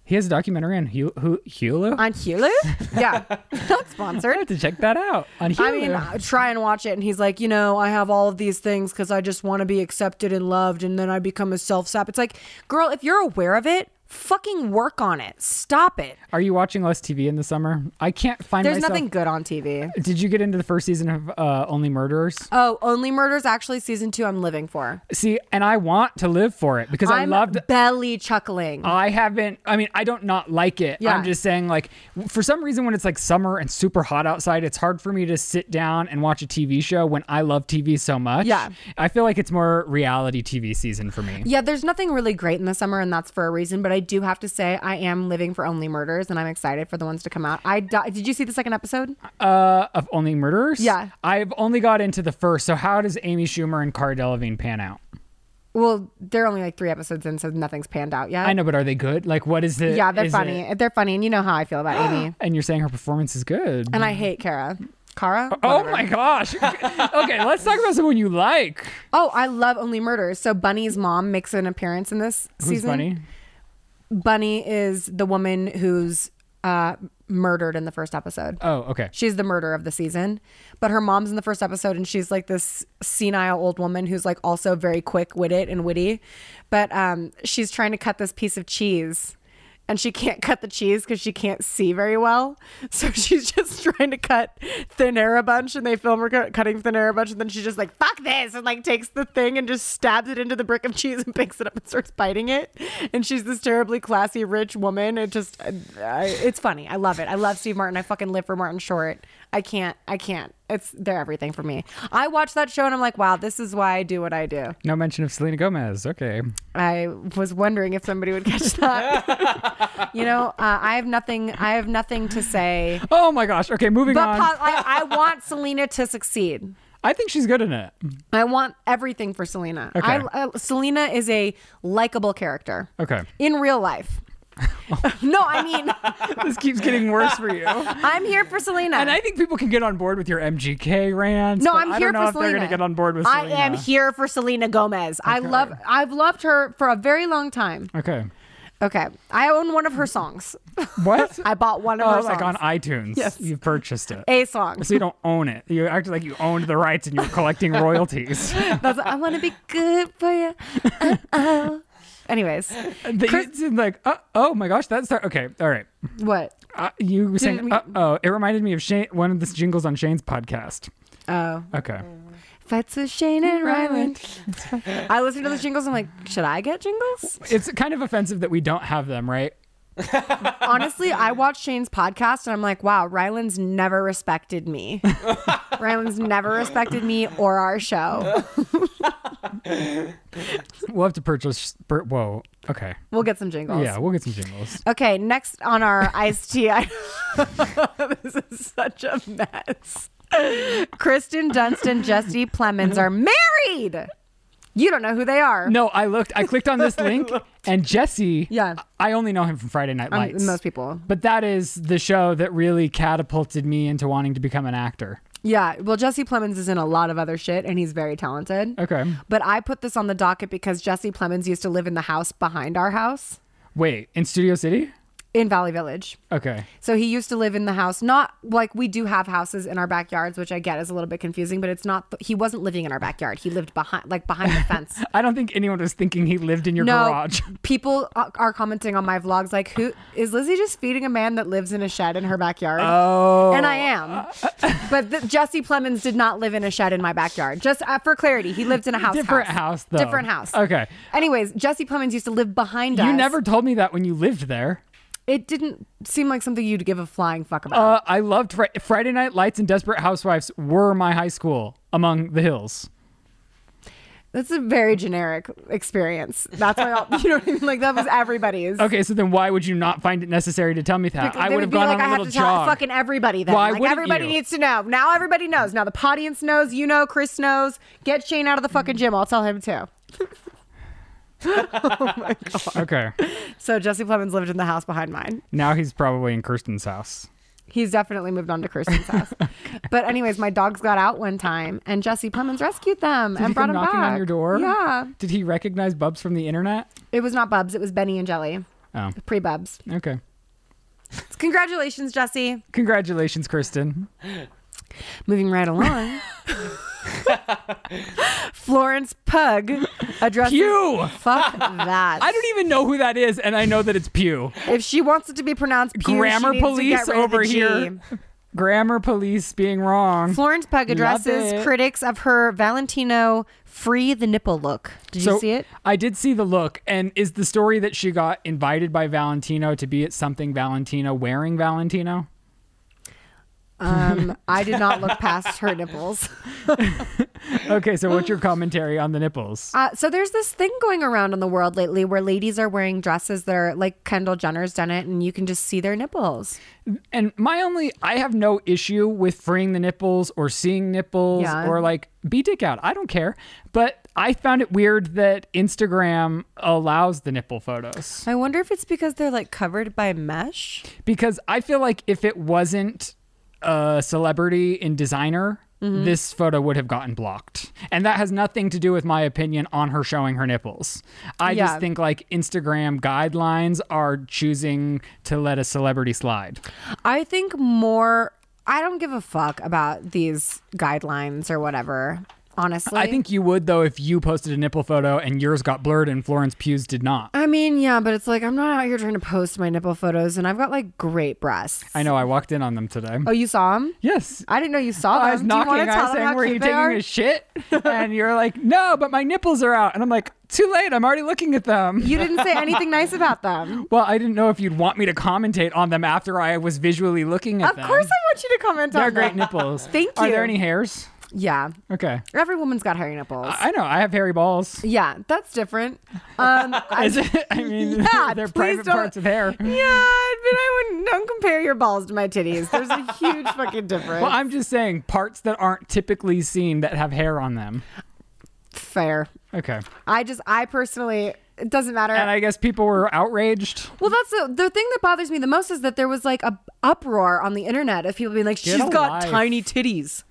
He has a documentary on Hulu. Hulu? On Hulu? Yeah. (laughs) Not sponsored. I have to check that out on Hulu. I mean, I try and watch it. And he's like, you know, I have all of these things because I just want to be accepted and loved. And then I become a self sap. It's like, girl, if you're aware of it, fucking work on it. Stop it. Are you watching less TV in the summer? I can't find There's myself. nothing good on TV. Did you get into the first season of uh, Only Murderers? Oh, Only Murders, actually, season two, I'm living for. See, and I want to live for it because i I'm loved. Oh. belly chuckling. I haven't. I mean, I don't not like it. Yeah. I'm just saying, like, w- for some reason, when it's like summer and super hot outside, it's hard for me to sit down and watch a TV show when I love TV so much. Yeah. I feel like it's more reality TV season for me. yeah, there's nothing really great in the summer, and that's for a reason. But I do have to say, I am living for Only Murders, and I'm excited for the ones to come out. I di- did you see the second episode? Uh, of Only Murderers. Yeah. I've only got into the first. So how does Amy Schumer and Cara Delevingne pan out? Uh, Well, they're only like three episodes in, so nothing's panned out yet. I know, but are they good? Like, what is the? Yeah, they're is funny. it- They're funny, and you know how I feel about (gasps) Amy. and you're saying her performance is good. And I hate Kara. Kara? Oh Whatever. my gosh. (laughs) okay, let's talk about someone you like. Oh, I love Only Murders. So Bunny's mom makes an appearance in this Who's season. funny? Bunny is the woman who's uh, murdered in the first episode. Oh, okay. She's the murder of the season, but her mom's in the first episode, and she's like this senile old woman who's like also very quick witted and witty, but um, she's trying to cut this piece of cheese, and she can't cut the cheese because she can't see very well, (laughs) so she's just trying to cut thin air a bunch, and they film her cut- cutting thin air a bunch, and then she's just like fuck this, and like takes the thing and just stabs it into the brick of cheese and (laughs) picks it up and starts biting it, and she's this terribly classy rich woman. It just, uh, I, it's funny. I love it. I love Steve Martin. I fucking live for Martin Short. I can't. I can't. It's they're everything for me. I watch that show and I'm like, wow, this is why I do what I do. No mention of Selena Gomez. Okay. I was wondering if somebody would catch that. (laughs) you know, uh, I have nothing. I have nothing to say. Oh my gosh. Okay, moving But on. po- I, I want Selena to succeed. I think she's good in it. I want everything for Selena. Okay. I, uh, Selena is a likable character. (laughs) Okay. In real life. no, (laughs) I mean, this keeps getting worse for (laughs) you. I'm here for Selena. And I think people can get on board with your MGK rants. no, but I'm I here don't know for if Selena. they're gonna get on board with I Selena. am here for Selena Gomez. I love. I've loved her for a very long time. Okay. Okay, I own one of her songs. What? (laughs) I bought one of (laughs) her oh, songs. like on iTunes. Yes. You've purchased it. a song. so you don't own it. You act like you owned the rights and you're (laughs) collecting royalties. That's I want to be good (laughs) for you. Uh-oh. Anyways, The- it's like, uh, oh my gosh, that's okay. All right. what? Uh, you were saying, we- uh oh, it reminded me of Shane, one of the jingles on Shane's podcast. Oh, Okay. fights with Shane and (laughs) Ryland. I listen to those jingles. I'm like, should I (laughs) get jingles? It's kind of offensive that we don't have them, right? Honestly, I watch Shane's podcast and I'm like, wow, Ryland's never respected (laughs) me. Ryland's never respected me or our show. We'll have to purchase. Per, whoa. Okay. We'll get some jingles. Yeah, we'll get some jingles. Okay, next on our iced tea. I- (laughs) this is such a mess. Kristen Dunst and Jesse Plemons are married. You don't know who they (laughs) are. No, I looked. (laughs) I clicked on this link, and Jesse. Yeah. I only know him from Friday Night Um, Lights. most people. But that is the show that really catapulted me into wanting to become an actor. Yeah. Well, Jesse Plemons is in a lot of other shit, and he's very talented. Okay. But I put this on the docket because Jesse Plemons used to live in the house behind our house. Wait, in Studio City? in Valley Village. Okay. So he used to live in the house, not like we do have houses in our backyards, which I get is a little bit confusing, but it's not. he wasn't living in our backyard. He lived behind, like behind the fence. I don't think anyone was thinking he lived in (laughs) your No, (laughs) garage. people a- are commenting on my vlogs like, "Who is Lizzie just feeding a man that lives in a shed in her backyard?" Oh. and I am. but th- Jesse Plemons did not live in a shed in my backyard. Just uh, for clarity, he lived in a house. Different house, though. Different house. Okay. Anyways, Jesse Plemons used to live behind us. You never told me that when you lived there. It didn't seem like something you'd give a flying fuck about. Uh, I loved Fri Friday Night Lights and Desperate Housewives were my high school among the hills. That's a very generic experience. That's why all, (laughs) you know what I mean. Like that was everybody's. Okay, so then why would you not find it necessary to tell me that? They I would have be gone like, on I a have little to tell jog. fucking everybody then. Why like wouldn't everybody you? needs to know. Now everybody knows. Now the audience knows. You know, Chris knows. Get Shane out of the fucking gym. I'll tell him too. Okay, So Jesse Plemons lived in the house behind mine. now he's probably in Kirsten's house. He's definitely moved on to Kirsten's (laughs) house. But anyways, my dogs got out one time, and Jesse Plemons rescued them (laughs) and he brought come them knocking back. on your door? Yeah, Did he recognize Bubs from the internet? it was not Bubs. It was Benny and Jelly, Oh, pre Bubs. okay. Congratulations, Jesse. Congratulations, Kristen. Moving right along. Florence Pug addresses. Pew! Fuck that. I don't even know who that is, and I know that it's Pew. If she wants it to be pronounced pew, Grammar she needs to police get rid of the over G. here. Grammar police being wrong. Florence Pug it. addresses critics of her Valentino free the nipple look. Did you (laughs) see it? I did see the look. And is the story that she got invited by Valentino to be at something Valentino wearing Valentino? Um, I did not look past her nipples. Okay, so (laughs) what's your commentary on the nipples? Uh, so there's this thing going around in the world lately where ladies are wearing dresses that are like Kendall Jenner's done it, and you can just see their nipples. And my only, I have no issue with freeing the nipples or seeing nipples Yeah. or like be dick out. I don't care. But I found it weird that Instagram allows the nipple photos. I wonder if it's because they're like covered by mesh. because I feel like if it wasn't a celebrity and designer, Mm-hmm. this photo would have gotten blocked. And that has nothing to do with my opinion on her showing her nipples. I Yeah. just think like Instagram guidelines are choosing to let a celebrity slide. I think more. I don't give a fuck about these guidelines or whatever. Honestly, I think you would though if you posted a nipple photo and yours got blurred and Florence Pugh's did not. I mean, yeah, but it's like I'm not out here trying to post my nipple photos, and I've got like great breasts. I know I walked in on them today. Oh, you saw them? Yes. I didn't know you saw them. I was Do you knocking. want to I tell was them saying, how "Were you cute they taking are? a shit?" (laughs) and you're like, "No, but my nipples are out." And I'm like, "Too late. I'm already looking at them." You didn't say anything nice (laughs) about them. Well, I didn't know if you'd want me to commentate on them after I was visually looking at Of them. course, I want you to comment they're on great them. nipples. (laughs) Thank Are you. there any hairs? Yeah, Okay. every woman's got hairy nipples. I know. I have hairy balls. yeah, that's different. (laughs) Um, I, Is it? I mean, Yeah, (laughs) they're please private don't- parts of hair. yeah, but I wouldn't. Don't compare your balls to my titties. There's a huge fucking difference. Well, I'm just saying parts that aren't typically seen that have hair on them. Fair. Okay. I just, I personally, it doesn't matter. And I guess people were outraged. well, that's the, the thing that bothers me the most is that there was like a uproar on the internet of people being like, Get she's a got life." tiny titties.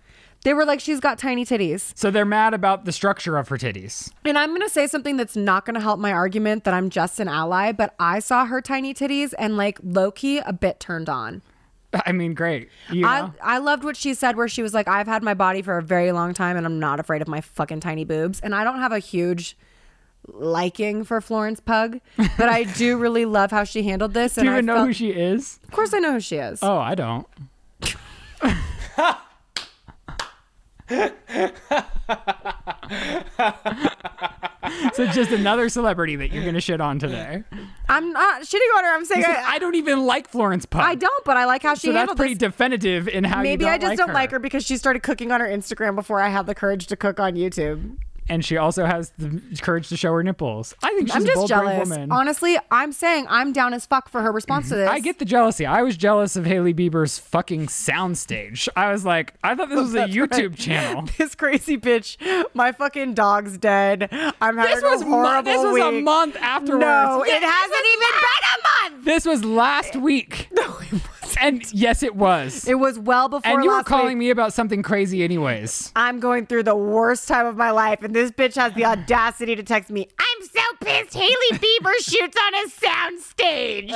They were like, she's got tiny titties. So they're mad about the structure of her titties. And I'm going to say something that's not going to help my argument that I'm just an ally, but I saw her tiny titties and like low key a bit turned on. I mean, great. You know? I, I loved what she said where she was like, I've had my body for a very long time and I'm not afraid of my fucking tiny boobs. And I don't have a huge liking for Florence Pug, but I (laughs) do really love how she handled this. Do and you I even know felt- who she is? Of course I know who she is. Oh, I don't. so just another celebrity that you're gonna shit on today. I'm not shitting on her. I'm saying I, I don't even like Florence Pugh. I don't, but I like how she So that's handled pretty this. definitive in how Maybe you I just don't like her because she started cooking on her Instagram before I had the courage to cook on YouTube. And she also has the courage to show her nipples. I think she's I'm a just bold, brave jealous. woman. Honestly, I'm saying I'm down as fuck for her response to (laughs) this. I get the jealousy. I was jealous of Haley Bieber's fucking soundstage. I was like, I thought this (laughs) was a YouTube (laughs) channel. (laughs) this crazy bitch. My fucking dog's dead. I'm having This was a mo- horrible this was a week. month afterwards. No, Yeah, it hasn't even been a (laughs) month. This was last week. No, it wasn't. And yes, it was. It was well before. and you were last calling week. me about something crazy, anyways. I'm going through the worst time of my life, and this (sighs) bitch has (laughs) the audacity to text me. I'm so pissed. Haley Bieber shoots on a soundstage.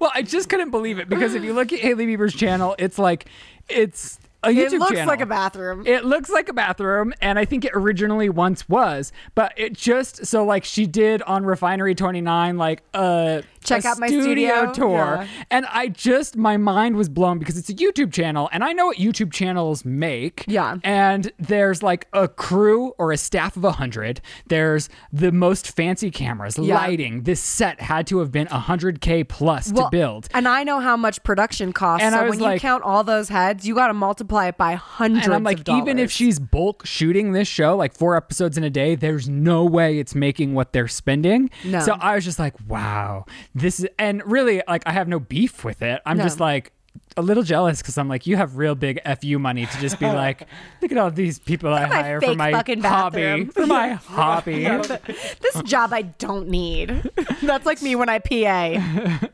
Well, I just couldn't believe it because if you look at Haley Bieber's channel, it's like it's a YouTube It looks channel. like a bathroom. It looks like a bathroom, and I think it originally once was, but it just so like she did on Refinery 29, like uh, Check a out my studio, tour, yeah. and I just my mind was blown because it's a YouTube channel, and I know what YouTube channels make. Yeah. and there's like a crew or a staff of a hundred. There's the most fancy cameras, Yeah. lighting. This set had to have been hundred k plus to Well, build. And I know how much production costs. And so I was when like- you count all those heads, you got to multiply it by hundreds. And I'm of like, dollars. even if she's bulk shooting this show, like four episodes in a day, there's no way it's making what they're spending. No. So I was just like, wow, this is, and really, like, I have no beef with it. I'm No. just like, a little jealous because I'm like, you have real big fu money to (laughs) just be like, look at all these people I my hire for fake my fucking hobby, bathroom." for (laughs) my hobby. this job I don't need. That's like me when I PA.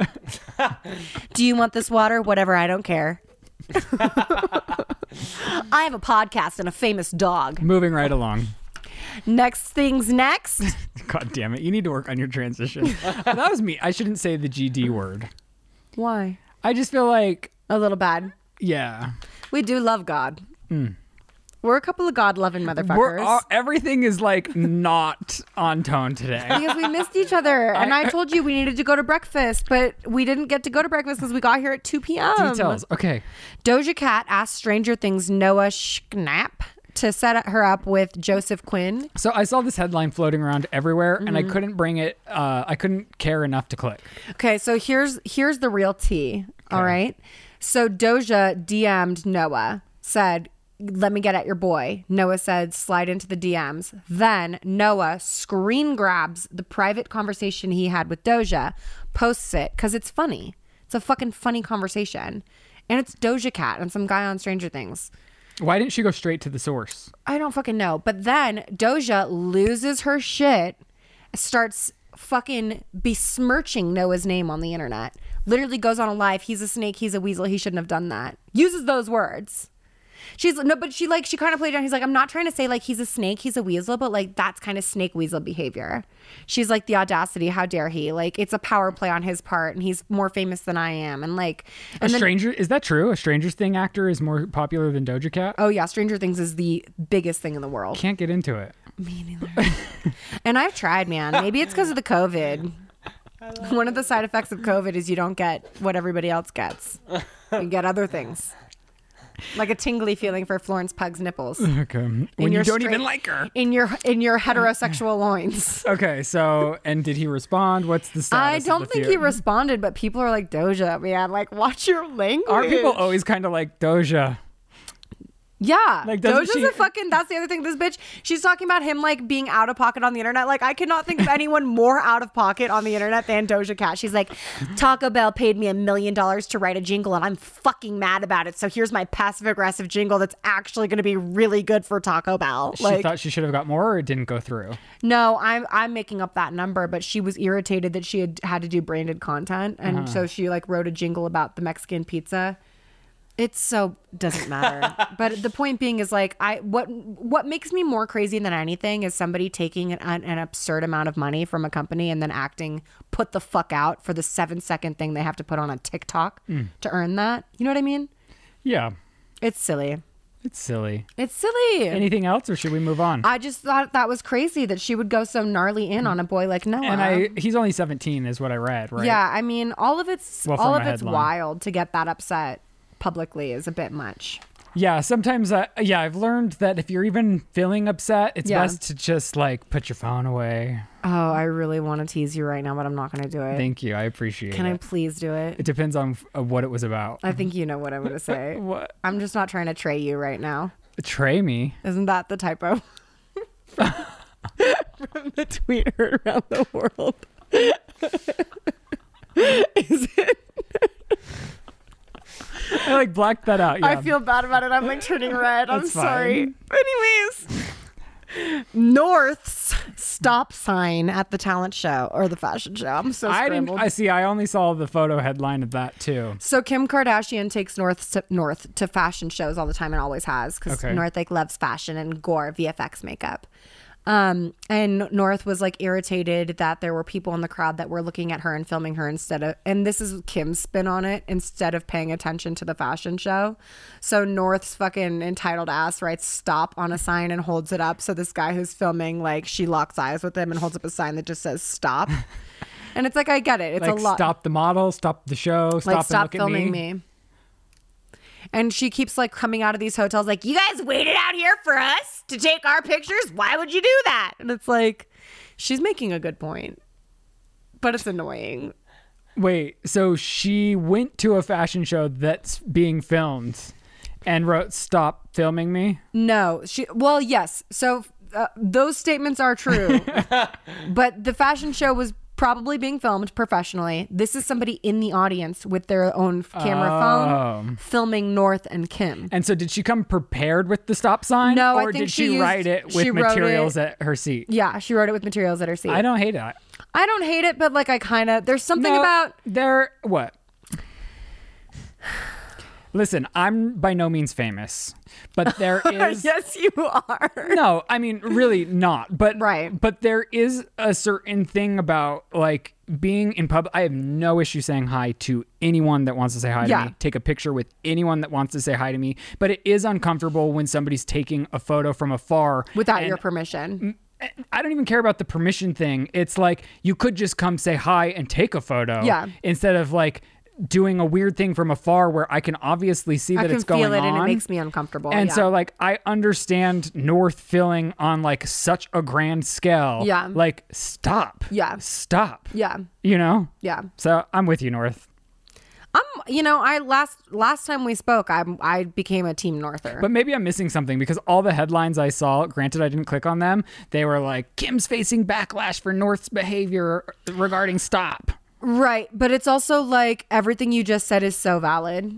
Do you want this water? Whatever, (laughs) I don't care. I have a podcast and a famous dog. Moving right along. Next things next. God damn it, you need to work on your transition. (laughs) that was me. I shouldn't say the GD word. Why? I just feel like, A little bad. yeah. We do love God. Hmm. We're a couple of God loving motherfuckers. We're all, everything is like not on tone (laughs) today. because we missed each other. And I told you we needed to go to breakfast, but we didn't get to go to breakfast because we got here at 2 p.m. Details. Okay. Doja Cat asked Stranger Things Noah Schnapp to set her up with Joseph Quinn. So I saw this headline floating around everywhere, and Mm-hmm. I couldn't bring it. Uh, I couldn't care enough to click. Okay, so here's here's the real tea. All right. So Doja DM'd Noah, said, "Let me get at your boy." Noah said, "Slide into the DMs." Then Noah screen grabs the private conversation he had with Doja, posts it cuz it's funny. It's a fucking funny conversation. And it's Doja Cat and some guy on Stranger Things. Why didn't she go straight to the source? I don't fucking know. But then Doja loses her shit, starts fucking besmirching Noah's name on the internet. Literally goes on a live. He's a snake. He's a weasel. He shouldn't have done that. Uses those words. She's no, but she like she kind of played it down. He's like, I'm not trying to say like he's a snake, he's a weasel, but like that's kind of snake weasel behavior. She's like the audacity. How dare he? Like it's a power play on his part, and he's more famous than I am. And like, A and then stranger is that true? A Stranger Thing actor is more popular than Doja Cat. oh yeah, Stranger Things is the biggest thing in the world. Can't get into it. And I've tried, man. Maybe it's because of the COVID. One of the side effects of COVID is you don't get what everybody else gets. You get other things, like a tingly feeling for Florence Pug's nipples Okay. When you your don't straight- even like her. in your in your heterosexual loins. Okay. So and did he respond? What's the I status? of don't the think feud? he responded, but people are like Doja, man. Like, watch your language. Are people always kind of like Doja? Yeah. Like, doesn't Doja's she- a fucking that's the other thing. This bitch, she's talking about him like being out of pocket on the internet. Like I (laughs) cannot think of anyone more out of pocket on the internet than Doja Cat. She's like, Taco Bell paid me a million dollars to write a jingle and I'm fucking mad about it. So here's my passive aggressive jingle that's actually gonna be really good for Taco Bell. She Like thought she should have got more, or it didn't go through. No, I'm I'm making up that number, but she was irritated that she had had to do branded content and Uh-huh. so she like wrote a jingle about the Mexican pizza. It's so doesn't (laughs) matter. but the point being is like I what what makes me more crazy than anything is somebody taking an, an, an absurd amount of money from a company and then acting put the fuck out for the 7 second thing they have to put on a TikTok Mm. to earn that. You know what I mean? Yeah. It's silly. It's silly. It's silly. Anything else, or should we move on? I just thought that was crazy that she would go so gnarly in on a boy like Noah. Mm. and I he's only 17 is what I read, right? Yeah, I mean, all of it's Well, all from of a it's headline. wild to get that upset publicly is a bit much. Yeah, sometimes I yeah, I've learned that if you're even feeling upset, it's Yeah. best to just like put your phone away. Oh, I really want to tease you right now, but I'm not going to do it. Thank you. I appreciate Can it. I please do it? it depends on f- uh, what it was about. I think you know what I'm going to (laughs) say. What? I'm just not trying to tray you right now. Betray me. (laughs) Isn't that the (laughs) typo? From the tweeter around the world. (laughs) Is it? I like blacked that out. Yeah. I feel bad about it. I'm like turning red. I'm It's sorry. Anyways, North's stop sign at the talent show or the fashion show. I'm so I scrambled. didn't I see I only saw the photo headline of that too. so Kim Kardashian takes North to, North to fashion shows all the time and always has because Okay. North like loves fashion and gore VFX makeup. Um, and North was like irritated that there were people in the crowd that were looking at her and filming her instead of, and this is Kim's spin on it, instead of paying attention to the fashion show. So North's fucking entitled ass writes stop on a sign and holds it up. So this guy who's filming, like, she locks eyes with him and holds up a sign that just (laughs) says stop. and it's like, I get it. It's Like a lot. stop the model, stop the show, stop like, and stop look at filming me. And she keeps like coming out of these hotels, like, you guys waited out here for us to take our pictures. Why would you do that? And it's like, she's making a good point, but it's annoying. Wait, so she went to a fashion show that's being filmed and wrote stop filming me? No, she, well, yes. So uh, those statements (laughs) are true, but the fashion show was probably being filmed professionally. This is somebody in the audience with their own f- camera phone filming North and Kim. Oh. And so did she come prepared with the stop sign No, I or think did she she, used- write it with she wrote materials it- at her seat? Yeah, she wrote it with materials that are seen. I don't hate it. I don't hate it, but like I kind of there's something No, (laughs) about there what? Listen, I'm by no means famous, but there (laughs) is yes, you are. No, I mean really not. But Right. but there is a certain thing about like being in public. I have no issue saying hi to anyone that wants to say hi Yeah. to me. Take a picture with anyone that wants to say hi to me. But it is uncomfortable when somebody's taking a photo from afar Without and your permission, I don't even care about the permission thing. It's like you could just come say hi and take a photo. Yeah. Instead of like doing a weird thing from afar where I can obviously see I that can it's going feel it, on. and it makes me uncomfortable. And yeah. so like I understand North feeling on like such a grand scale. Yeah. Like stop. Yeah. Stop. yeah, You know? yeah. So I'm with you, North. I'm, you know, I last last time we spoke, I I became a team Norther. But maybe I'm missing something because all the headlines I saw, granted I didn't click on them, they were like Kim's facing backlash for North's behavior regarding stop. right, but it's also like everything you just said is so valid.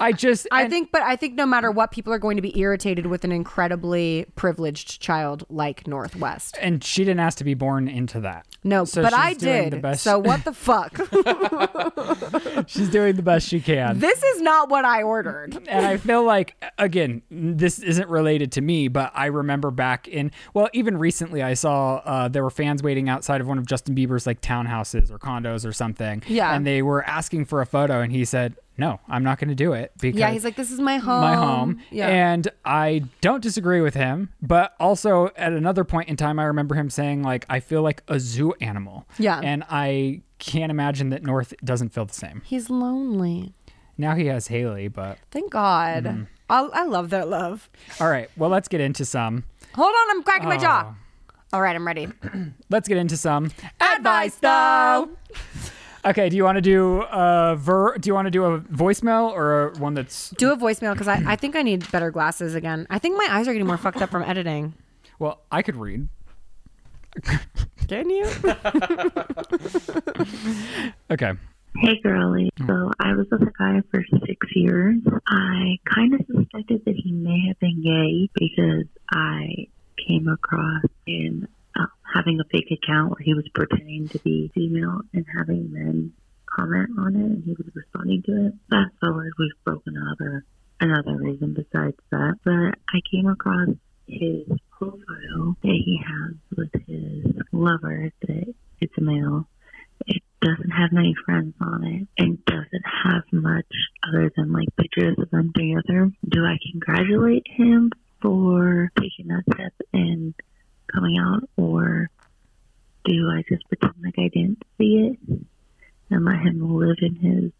I just I and- think, but I think no matter what, people are going to be irritated with an incredibly privileged child like Northwest. and she didn't ask to be born into that. No, So but she's I doing did. the best- So what (laughs) the fuck? She's doing the best (laughs) she can. this is not what I ordered. and I feel like again, this isn't related to me, but I remember back in well, even recently, I saw uh, there were fans waiting outside of one of Justin Bieber's like townhouses or condos or something. Yeah. and they were asking for a photo, and he said, "No, I'm not going to do it because Yeah, he's like, this is my home. my home. Um, Yeah. And I don't disagree with him, but also at another point in time, I remember him saying, like, I feel like a zoo animal. Yeah. And I can't imagine that North doesn't feel the same. He's lonely. Now he has Haley, but Thank God. I, I love that love. all right. Well, let's get into some. Hold on, I'm cracking my jaw. All right, I'm ready. Let's get into some. Advice though. Okay. Do you want to do a ver? Do you want to do a voicemail or a one that's Do a voicemail because I, I think I need better glasses again. I think my eyes are getting more fucked up from editing. well? I could read. Can you? Okay. Hey, girly. So I was with a guy for six years. I kind of suspected that he may have been gay because I came across in uh, having a fake account where he was pretending to be female and having men comment on it, and he was responding to it. Fast forward, we've broken up or another reason besides that. But I came across his profile that he has with his lover that it's a male it doesn't have many friends on it and doesn't have much other than like pictures of them together. Do I congratulate him for taking that step and coming out, or do I just pretend like I didn't see it and let him live in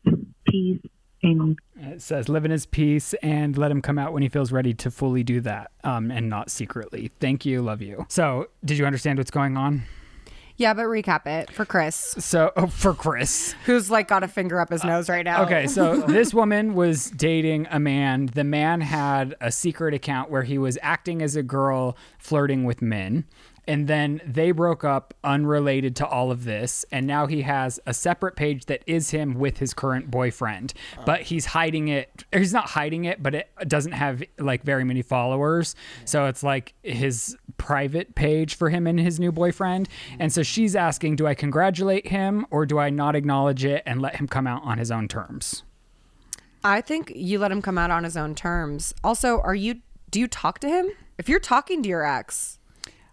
his peace and It says, "Live in his peace and let him come out when he feels ready to fully do that, um, and not secretly." Thank you, love you. So, did you understand what's going on? (laughs) yeah, but recap it for Chris, So, (laughs) oh, for Chris, who's like got a finger up his nose right (laughs) now. okay. So, this woman was dating a man. The man had a secret account where he was acting as a girl, flirting with men. And then they broke up unrelated to all of this. And now he has a separate page that is him with his current boyfriend. Oh. But he's hiding it. or He's not hiding it, but it doesn't have like very many followers. So it's like his private page for him and his new boyfriend. And so she's asking, do I congratulate him or do I not acknowledge it and let him come out on his own terms? I think you let him come out on his own terms. Also, are you? Do you talk to him? If you're talking to your ex,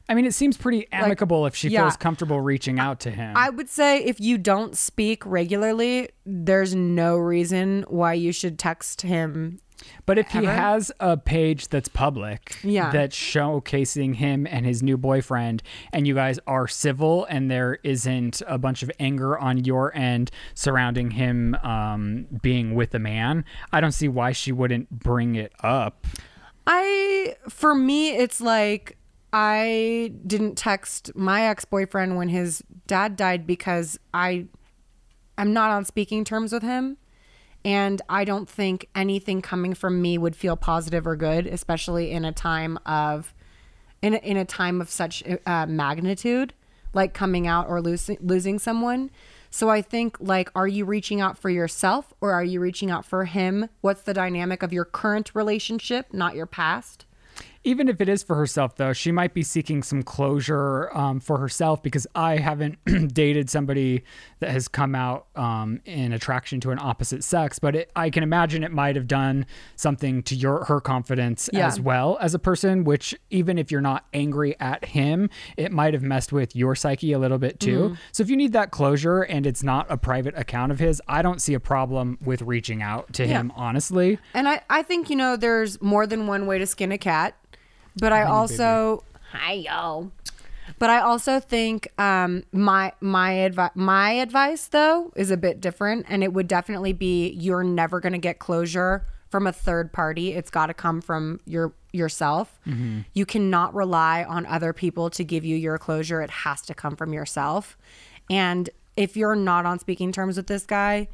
I mean, it seems pretty amicable if she yeah. feels comfortable reaching out to him. I would say if you don't speak regularly, there's no reason why you should text him. but if he ever? has a page that's public, Yeah. that's showcasing him and his new boyfriend, and you guys are civil, and there isn't a bunch of anger on your end surrounding him um, being with a man, I don't see why she wouldn't bring it up. I, for me, it's like I didn't text my ex boyfriend when his dad died because I, I'm not on speaking terms with him. And I don't think anything coming from me would feel positive or good, especially in a time of, in a, in a time of such uh, magnitude, like coming out or losing losing someone. So I think like, are you reaching out for yourself or are you reaching out for him? What's the dynamic of your current relationship, not your past? Even if it is for herself, though, she might be seeking some closure um, for herself because I haven't (clears throat) dated somebody that has come out um, in attraction to an opposite sex, but it, I can imagine it might have done something to your her confidence Yeah. as well as a person. Which even if you're not angry at him, it might have messed with your psyche a little bit too. So if you need that closure and it's not a private account of his, I don't see a problem with reaching out to him. Honestly, And I, I think, you know, there's more than one way to skin a cat. But I also hi yo. But I also think um, my my advice my advice though is a bit different, and it would definitely be you're never going to get closure from a third party. It's got to come from your yourself. You cannot rely on other people to give you your closure. It has to come from yourself. And if you're not on speaking terms with this guy,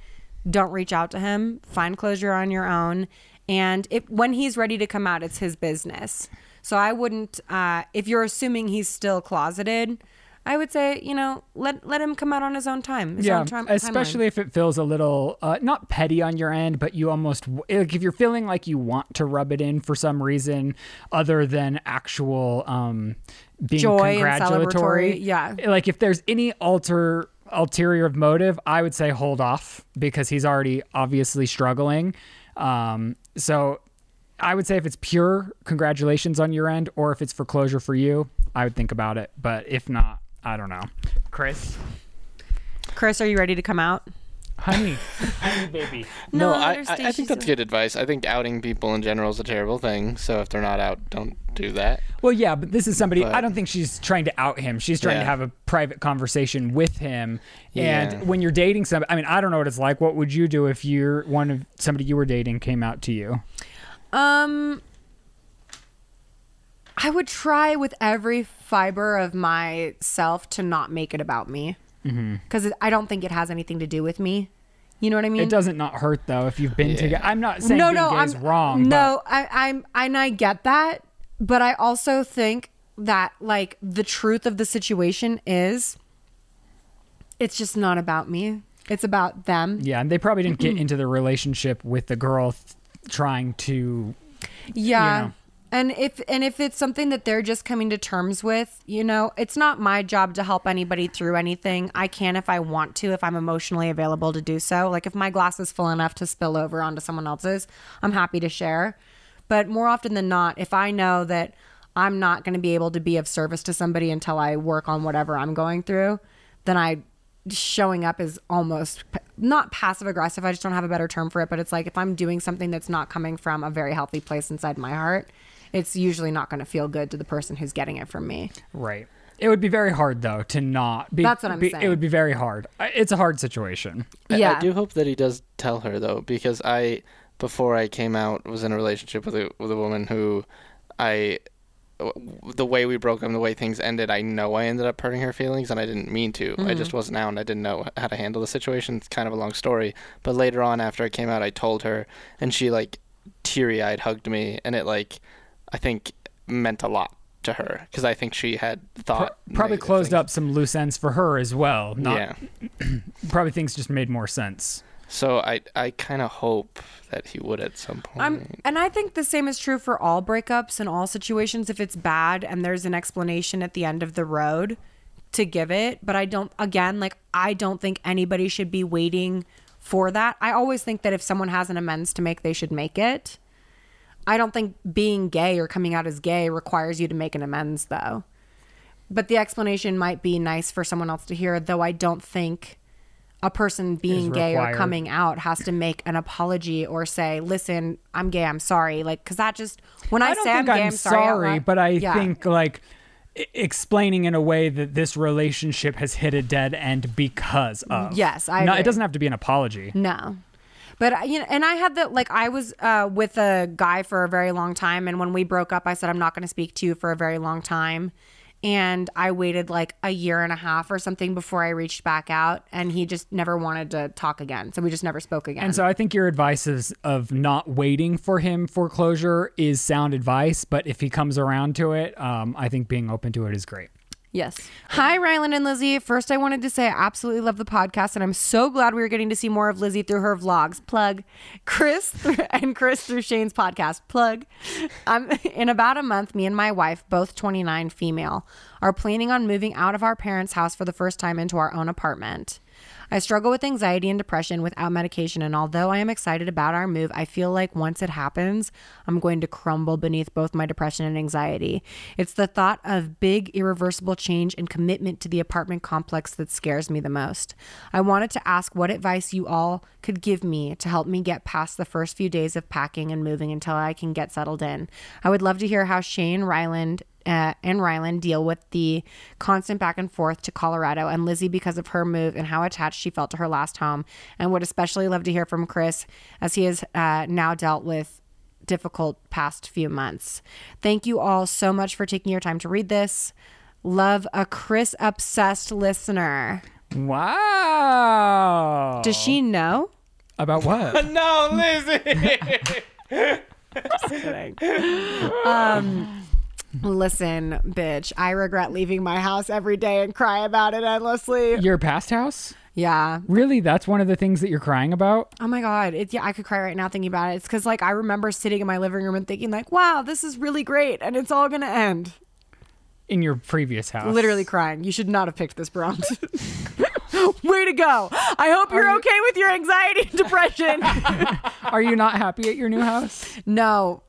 don't reach out to him. Find closure on your own. And if when he's ready to come out, it's his business. So I wouldn't. Uh, if you're assuming he's still closeted, I would say you know let let him come out on his own time. His yeah, own time, especially if it feels a little uh, not petty on your end, but you almost like if you're feeling like you want to rub it in for some reason other than actual um, being Joy and congratulatory. celebratory, yeah. like if there's any alter ulterior motive, I would say hold off because he's already obviously struggling. Um, so I would say if it's pure congratulations on your end, or if it's for closure for you, I would think about it. But if not, I don't know, Chris. timeline. Chris, are you ready to come out? (laughs) Honey, honey, baby. No, No, I I, I, understand. I think She's that's a- good advice. I think outing people in general is a terrible thing. So if they're not out, don't do that. Well, yeah, but this is somebody. I But- don't think she's trying to out him. She's trying to Yeah. have a private conversation with him. Yeah. And when you're dating somebody, I mean, I don't know what it's like. What would you do if you're one of somebody you were dating came out to you? Um, I would try with every fiber of myself to not make it about me, because I don't think it has anything to do with me. You know what I mean? It doesn't not hurt though if you've been together. I'm not saying Mm. no, being no, gay I'm is wrong. but- No, I, I'm, and I get that, but I also think that like the truth of the situation is, it's just not about me. It's about them. yeah, and they probably didn't get into the relationship with the girl th- trying to. yeah know. and if and if it's something that they're just coming to terms with you know it's not my job to help anybody through anything i can if i want to if i'm emotionally available to do so like if my glass is full enough to spill over onto someone else's i'm happy to share but more often than not if i know that i'm not going to be able to be of service to somebody until i work on whatever i'm going through then i showing up is almost p- not passive aggressive. I just don't have a better term for it, but it's like if I'm doing something that's not coming from a very healthy place inside my heart, it's usually not going to feel good to the person who's getting it from me. Right. It would be very hard though to not be. That's what I'm be- It saying. would be very hard. I- It's a hard situation. I- yeah. I do hope that he does tell her though, because I before I came out was in a relationship with a with a woman who I w- the way we broke up, the way things ended, I know I ended up hurting her feelings, and I didn't mean to. I just wasn't out, and I didn't know how to handle the situation. It's kind of a long story, but later on, after I came out, I told her, and she like teary eyed hugged me, and it like I think meant a lot to her because I think she had thought Probably negative closed things. up some loose ends for her as well. Not Yeah. probably things just made more sense. So I I kind of hope that he would at some point. I'm, and I think the same is true for all breakups and all situations. If it's bad and there's an explanation at the end of the road to give it, but I don't, again, like, I don't think anybody should be waiting for that. I always think that if someone has an amends to make, they should make it. I don't think being gay or coming out as gay requires you to make an amends, though. But the explanation might be nice for someone else to hear, though I don't think a person being gay or required. coming out has to make an apology or say, "Listen, I'm gay. I'm sorry." Like, because that just when I, don't say I'm think gay, I'm, sorry. out loud- but I Yeah. think like e- explaining in a way that this relationship has hit a dead end because of. Mm, Yes, I No, agree. it doesn't have to be an apology. No. But I- you know, and I had the like I was uh, with a guy for a very long time, and when we broke up, I said I'm not going to speak to you for a very long time, and I waited like a year and a half or something before I reached back out, and he just never wanted to talk again, so we just never spoke again. And so I think your advice is of not waiting for him for closure is sound advice, but if he comes around to it, um, I think being open to it is great. Yes. Hi, Ryland and Lizzie. First, I wanted to say I absolutely love the podcast, and I'm so glad we are getting to see more of Lizzie through her vlogs. Plug. Chris (laughs) and Chris through Shane's podcast. Plug. Um, in about a month, me and my wife, both 29 female, are planning on moving out of our parents' house for the first time into our own apartment. I struggle with anxiety and depression without medication, and although I am excited about our move, I feel like once it happens, I'm going to crumble beneath both my depression and anxiety. It's the thought of big, irreversible change and commitment to the apartment complex that scares me the most. I wanted to ask what advice you all could give me to help me get past the first few days of packing and moving until I can get settled in. I would love to hear how Shane Ryland uh, and Ryland deal with the constant back and forth to Colorado and Lizzie because of her move and how attached she felt to her last home. And would especially love to hear from Chris as he has uh, now dealt with difficult past few months. Thank you all so much for taking your time to read this. Love a Chris obsessed listener. Wow. Does she know? About (laughs) what? No, Lizzie. (laughs) (laughs) Um, Listen, bitch, I regret leaving my house every day and cry about it endlessly. Your past house? Yeah. Really? That's one of the things that you're crying about? Oh my god, it, yeah, I could cry right now thinking about it. It's because like I remember sitting in my living room and thinking like, wow, this is really great, and it's all gonna end. In your previous house. Literally crying. You should not have picked this prompt. (laughs) Way to go! I hope Um, you're okay with your anxiety and (laughs) depression. Are you not happy at your new house? no,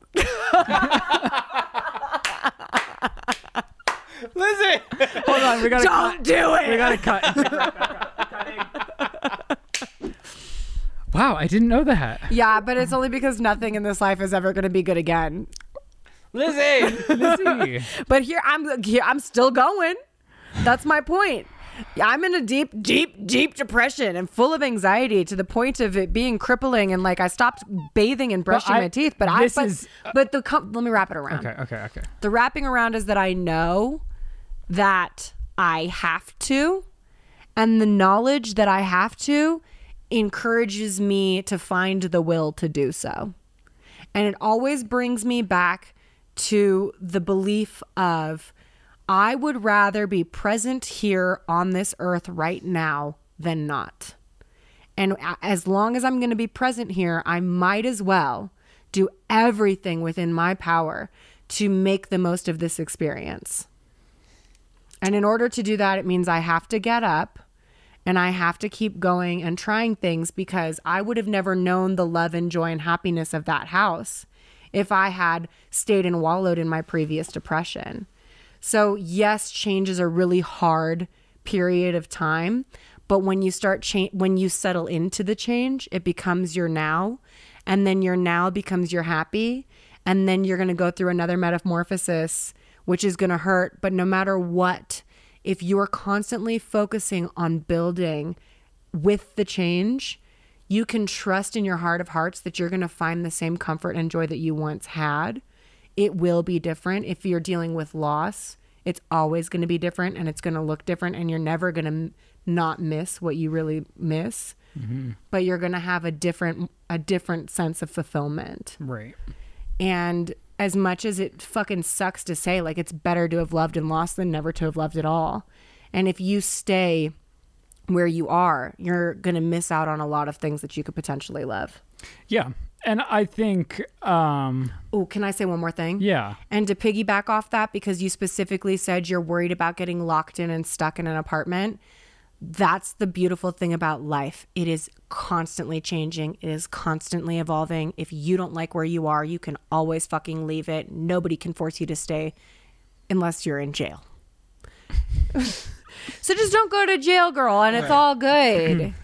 Lizzie. Hold on, we gotta don't do We (laughs) it. gotta cut. wow, I didn't know that. Yeah, but it's only because nothing in this life is ever gonna be good again. Lizzie. Lizzie. But here I'm here I'm still going. That's my point. Yeah, I'm in a deep, deep, deep depression and full of anxiety to the point of it being crippling and like I stopped bathing and brushing I- my teeth. But I this but, is- uh, but the com- let me wrap it around. (laughs) Okay, okay, okay. The wrapping around is that I know that I have to, and the knowledge that I have to encourages me to find the will to do so. And it always brings me back to the belief of I would rather be present here on this earth right now than not. And a- as long as I'm going to be present here, I might as well do everything within my power to make the most of this experience. And in order to do that, it means I have to get up and I have to keep going and trying things because I would have never known the love and joy and happiness of that house if I had stayed and wallowed in my previous depression. So, yes, change is a really hard period of time, but when you start cha- when you settle into the change, it becomes your now, and then your now becomes your happy, and then you're going to go through another metamorphosis which is going to hurt, but no matter what, if you're constantly focusing on building with the change, you can trust in your heart of hearts that you're going to find the same comfort and joy that you once had. It will be different. If you're dealing with loss, it's always going to be different and it's going to look different, and you're never going to not miss what you really miss. But you're going to have a different a different sense of fulfillment. Right. And as much as it fucking sucks to say, like, it's better to have loved and lost than never to have loved at all. And if you stay where you are, you're going to miss out on a lot of things that you could potentially love. Yeah. And I think um Oh, can I say one more thing? yeah. And to piggyback off that, because you specifically said you're worried about getting locked in and stuck in an apartment, that's the beautiful thing about life. It is constantly changing, it is constantly evolving. If you don't like where you are, you can always fucking leave it. Nobody can force you to stay unless you're in jail. So just don't go to jail, girl, and it's all good.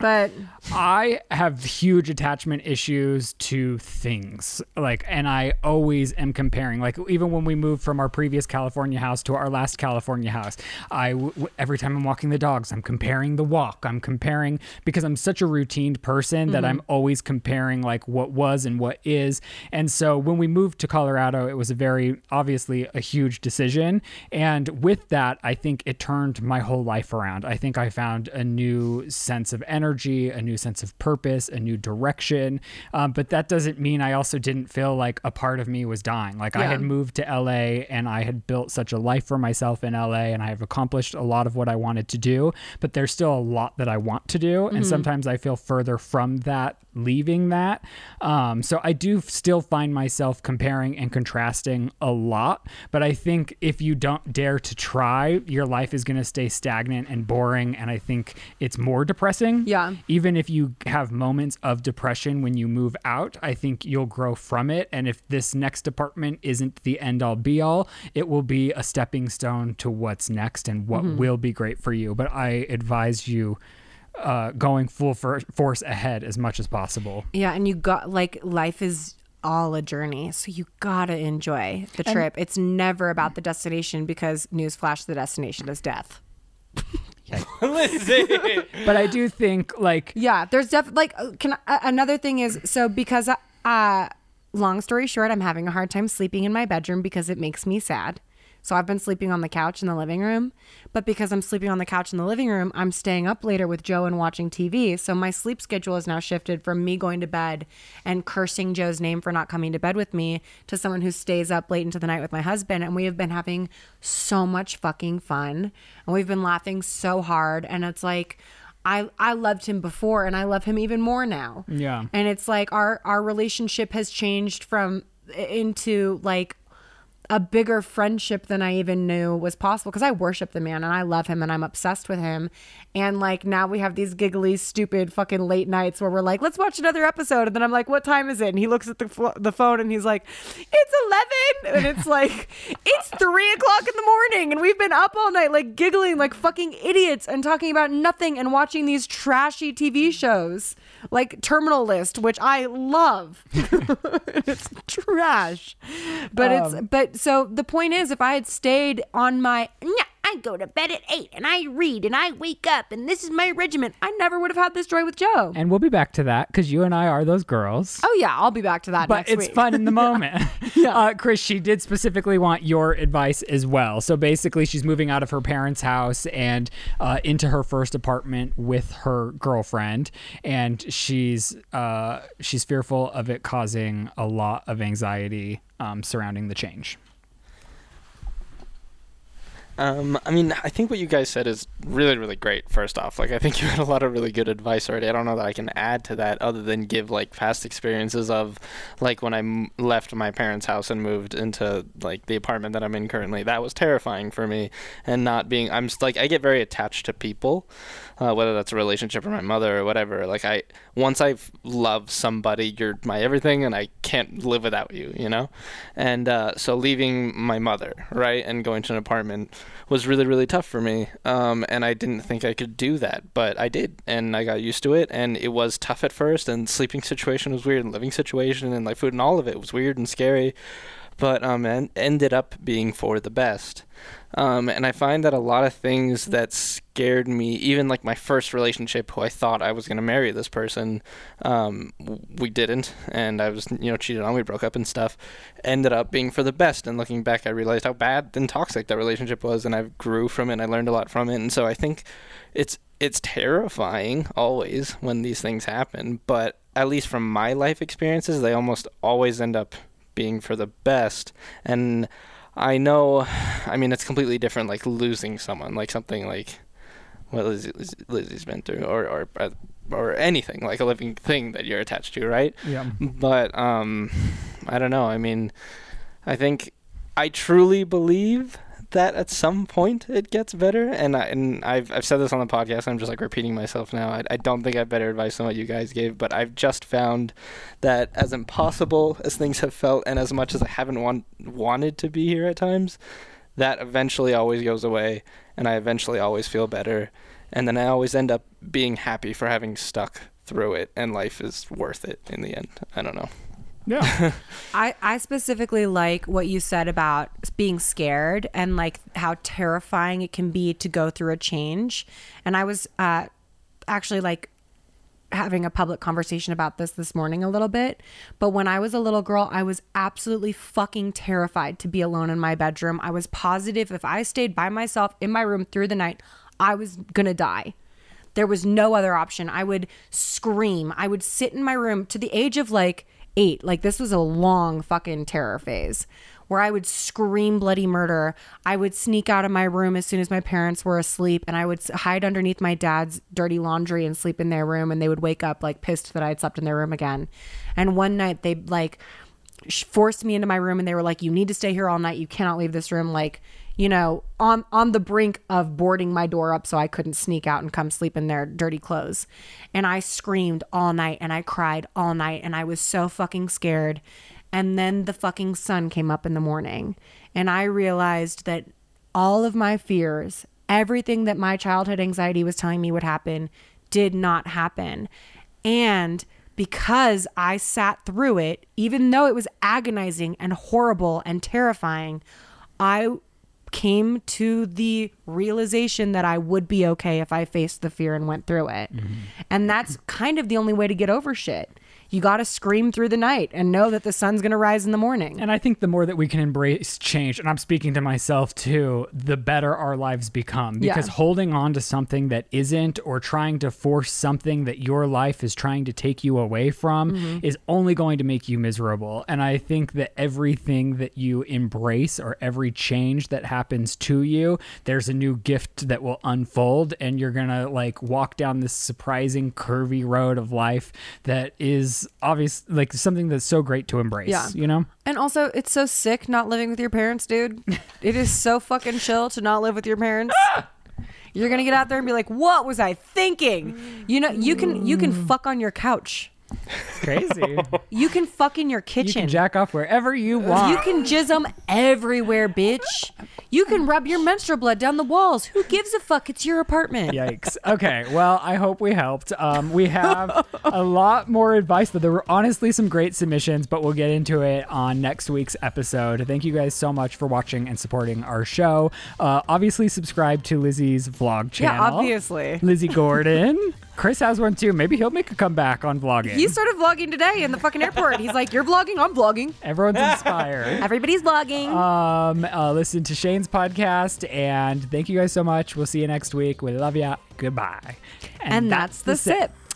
but I have huge attachment issues to things. Like, and I always am comparing. Like, even when we moved from our previous California house to our last California house, I w- w- every time I'm walking the dogs, I'm comparing the walk. I'm comparing because I'm such a routined person that I'm always comparing like what was and what is. And so when we moved to Colorado, it was a very obviously a huge decision. And with that, I think it turned my whole life around. I think I found a new sense of energy, a new sense of purpose, a new direction. Um, but that doesn't mean I also didn't feel like a part of me was dying. Like I Yeah. had moved to LA and I had built such a life for myself in LA and I have accomplished a lot of what I wanted to do, but there's still a lot that I want to do. Mm-hmm. And sometimes I feel further from that leaving that. Um, so I do f- still find myself comparing and contrasting a lot. But I think if you don't dare to try, your life is going to stay stagnant and boring. And I think it's more depressing Yeah. even if you have moments of depression when you move out, I think you'll grow from it. And if this next apartment isn't the end all be all, it will be a stepping stone to what's next and what will be great for you. But I advise you uh, going full for- force ahead as much as possible. yeah, and you got like life is all a journey, so you gotta enjoy the trip. it's never about the destination because newsflash, the destination is death. Lindsay. But I do think, like, Yeah, there's def like uh, can uh, another thing is so because uh long story short, I'm having a hard time sleeping in my bedroom because it makes me sad. So I've been sleeping on the couch in the living room, but because I'm sleeping on the couch in the living room, I'm staying up later with Joe and watching TV. So my sleep schedule is now shifted from me going to bed and cursing Joe's name for not coming to bed with me to someone who stays up late into the night with my husband and we have been having so much fucking fun and we've been laughing so hard and it's like I I loved him before and I love him even more now. Yeah. And it's like our our relationship has changed from into like a bigger friendship than I even knew was possible because I worship the man and I love him and I'm obsessed with him. And like now we have these giggly, stupid fucking late nights where we're like, let's watch another episode. And then I'm like, what time is it? And he looks at the, flo the phone and he's like, it's 11. And it's like, (laughs) it's three o'clock in the morning. And we've been up all night, like giggling like fucking idiots and talking about nothing and watching these trashy TV shows like Terminal List, which I love. (laughs) it's trash. But it's but so the point is if I had stayed on my "Nya, I go to bed at eight and I read and I wake up and this is my regimen, I never would have had this joy with Joe. and we'll be back to that because you and I are those girls. Oh yeah, I'll be back to that but next it's week. fun in (laughs) the moment. Uh, Chris, she did specifically want your advice as well. So basically, she's moving out of her parents' house and uh, into her first apartment with her girlfriend, and she's uh, she's fearful of it causing a lot of anxiety um, surrounding the change. Um, I mean, I think what you guys said is really, really great. First off, like I think you had a lot of really good advice already. I don't know that I can add to that other than give like past experiences of, like when I m- left my parents' house and moved into like the apartment that I'm in currently. That was terrifying for me, and not being. I'm s- like I get very attached to people, uh, whether that's a relationship or my mother or whatever. Like I once I f- love somebody, you're my everything, and I can't live without you. You know, and uh, so leaving my mother right and going to an apartment was really really tough for me um, and i didn't think i could do that but i did and i got used to it and it was tough at first and sleeping situation was weird and living situation and like food and all of it was weird and scary but um, and ended up being for the best um, and i find that a lot of things that scared me even like my first relationship who i thought i was going to marry this person um, w- we didn't and i was you know cheated on we broke up and stuff ended up being for the best and looking back i realized how bad and toxic that relationship was and i grew from it and i learned a lot from it and so i think it's it's terrifying always when these things happen but at least from my life experiences they almost always end up being for the best and i know i mean it's completely different like losing someone like something like what Lizzie, Lizzie, Lizzie's been through, or or or anything like a living thing that you're attached to, right? (laughs) Yeah. But um, I don't know. I mean, I think I truly believe that at some point it gets better, and I and I've I've said this on the podcast. I'm just like repeating myself now. I, I don't think I have better advice than what you guys gave, but I've just found that as impossible as things have felt, and as much as I haven't want, wanted to be here at times, that eventually always goes away and I eventually always feel better and then I always end up being happy for having stuck through it and life is worth it in the end. I don't know. Yeah. I, I specifically like what you said about being scared and like how terrifying it can be to go through a change. And I was uh, actually like having a public conversation about this this morning a little bit. But when I was a little girl, I was absolutely fucking terrified to be alone in my bedroom. I was positive if I stayed by myself in my room through the night, I was gonna die. There was no other option. I would scream. I would sit in my room to the age of like eight. Like, this was a long fucking terror phase where I would scream bloody murder. I would sneak out of my room as soon as my parents were asleep and I would s- hide underneath my dad's dirty laundry and sleep in their room. And they would wake up like pissed that I'd slept in their room again. And one night they like, sh- forced me into my room and they were like you need to stay here all night you cannot leave this room like you know on on the brink of boarding my door up so i couldn't sneak out and come sleep in their dirty clothes and i screamed all night and i cried all night and i was so fucking scared and then the fucking sun came up in the morning and i realized that all of my fears everything that my childhood anxiety was telling me would happen did not happen and because I sat through it, even though it was agonizing and horrible and terrifying, I came to the realization that I would be okay if I faced the fear and went through it. And that's kind of the only way to get over shit. You got to scream through the night and know that the sun's going to rise in the morning. And I think the more that we can embrace change, and I'm speaking to myself too, the better our lives become. Yeah. Because holding on to something that isn't or trying to force something that your life is trying to take you away from Mm-hmm. is only going to make you miserable. And I think that everything that you embrace or every change that happens to you, there's a new gift that will unfold and you're going to like walk down this surprising curvy road of life that is obvious like something that's so great to embrace, Yeah. you know? And also, it's so sick not living with your (laughs) parents, dude. It is so fucking chill to not live with your parents. Ah! You're gonna get out there and be like, "What was I thinking?" You know, you can you can Mm. fuck on your couch. (laughs) crazy. You can fuck in your you kitchen. can jack off wherever you want. You can jizz 'em everywhere, bitch. You can rub your menstrual blood down the walls. Who gives a fuck? It's your (laughs) apartment. Yikes. Okay. Well, I hope we helped. Um, we have a lot more advice, but there were honestly some great submissions, but we'll get into it on next week's episode. Thank you guys so much for watching and supporting our show. Uh, obviously, subscribe to Lizzie's vlog Yeah, channel. obviously. Lizzie Gordon. Chris has one too. Maybe he'll make a comeback on vlogging. He started vlogging today in the fucking airport. He's like, "You're vlogging. I'm vlogging. (laughs) Everyone's inspired. Everybody's vlogging." um, uh, listen to Shane's podcast, and thank you guys so much. We'll see you next week. We love ya. Goodbye. and that's the sip.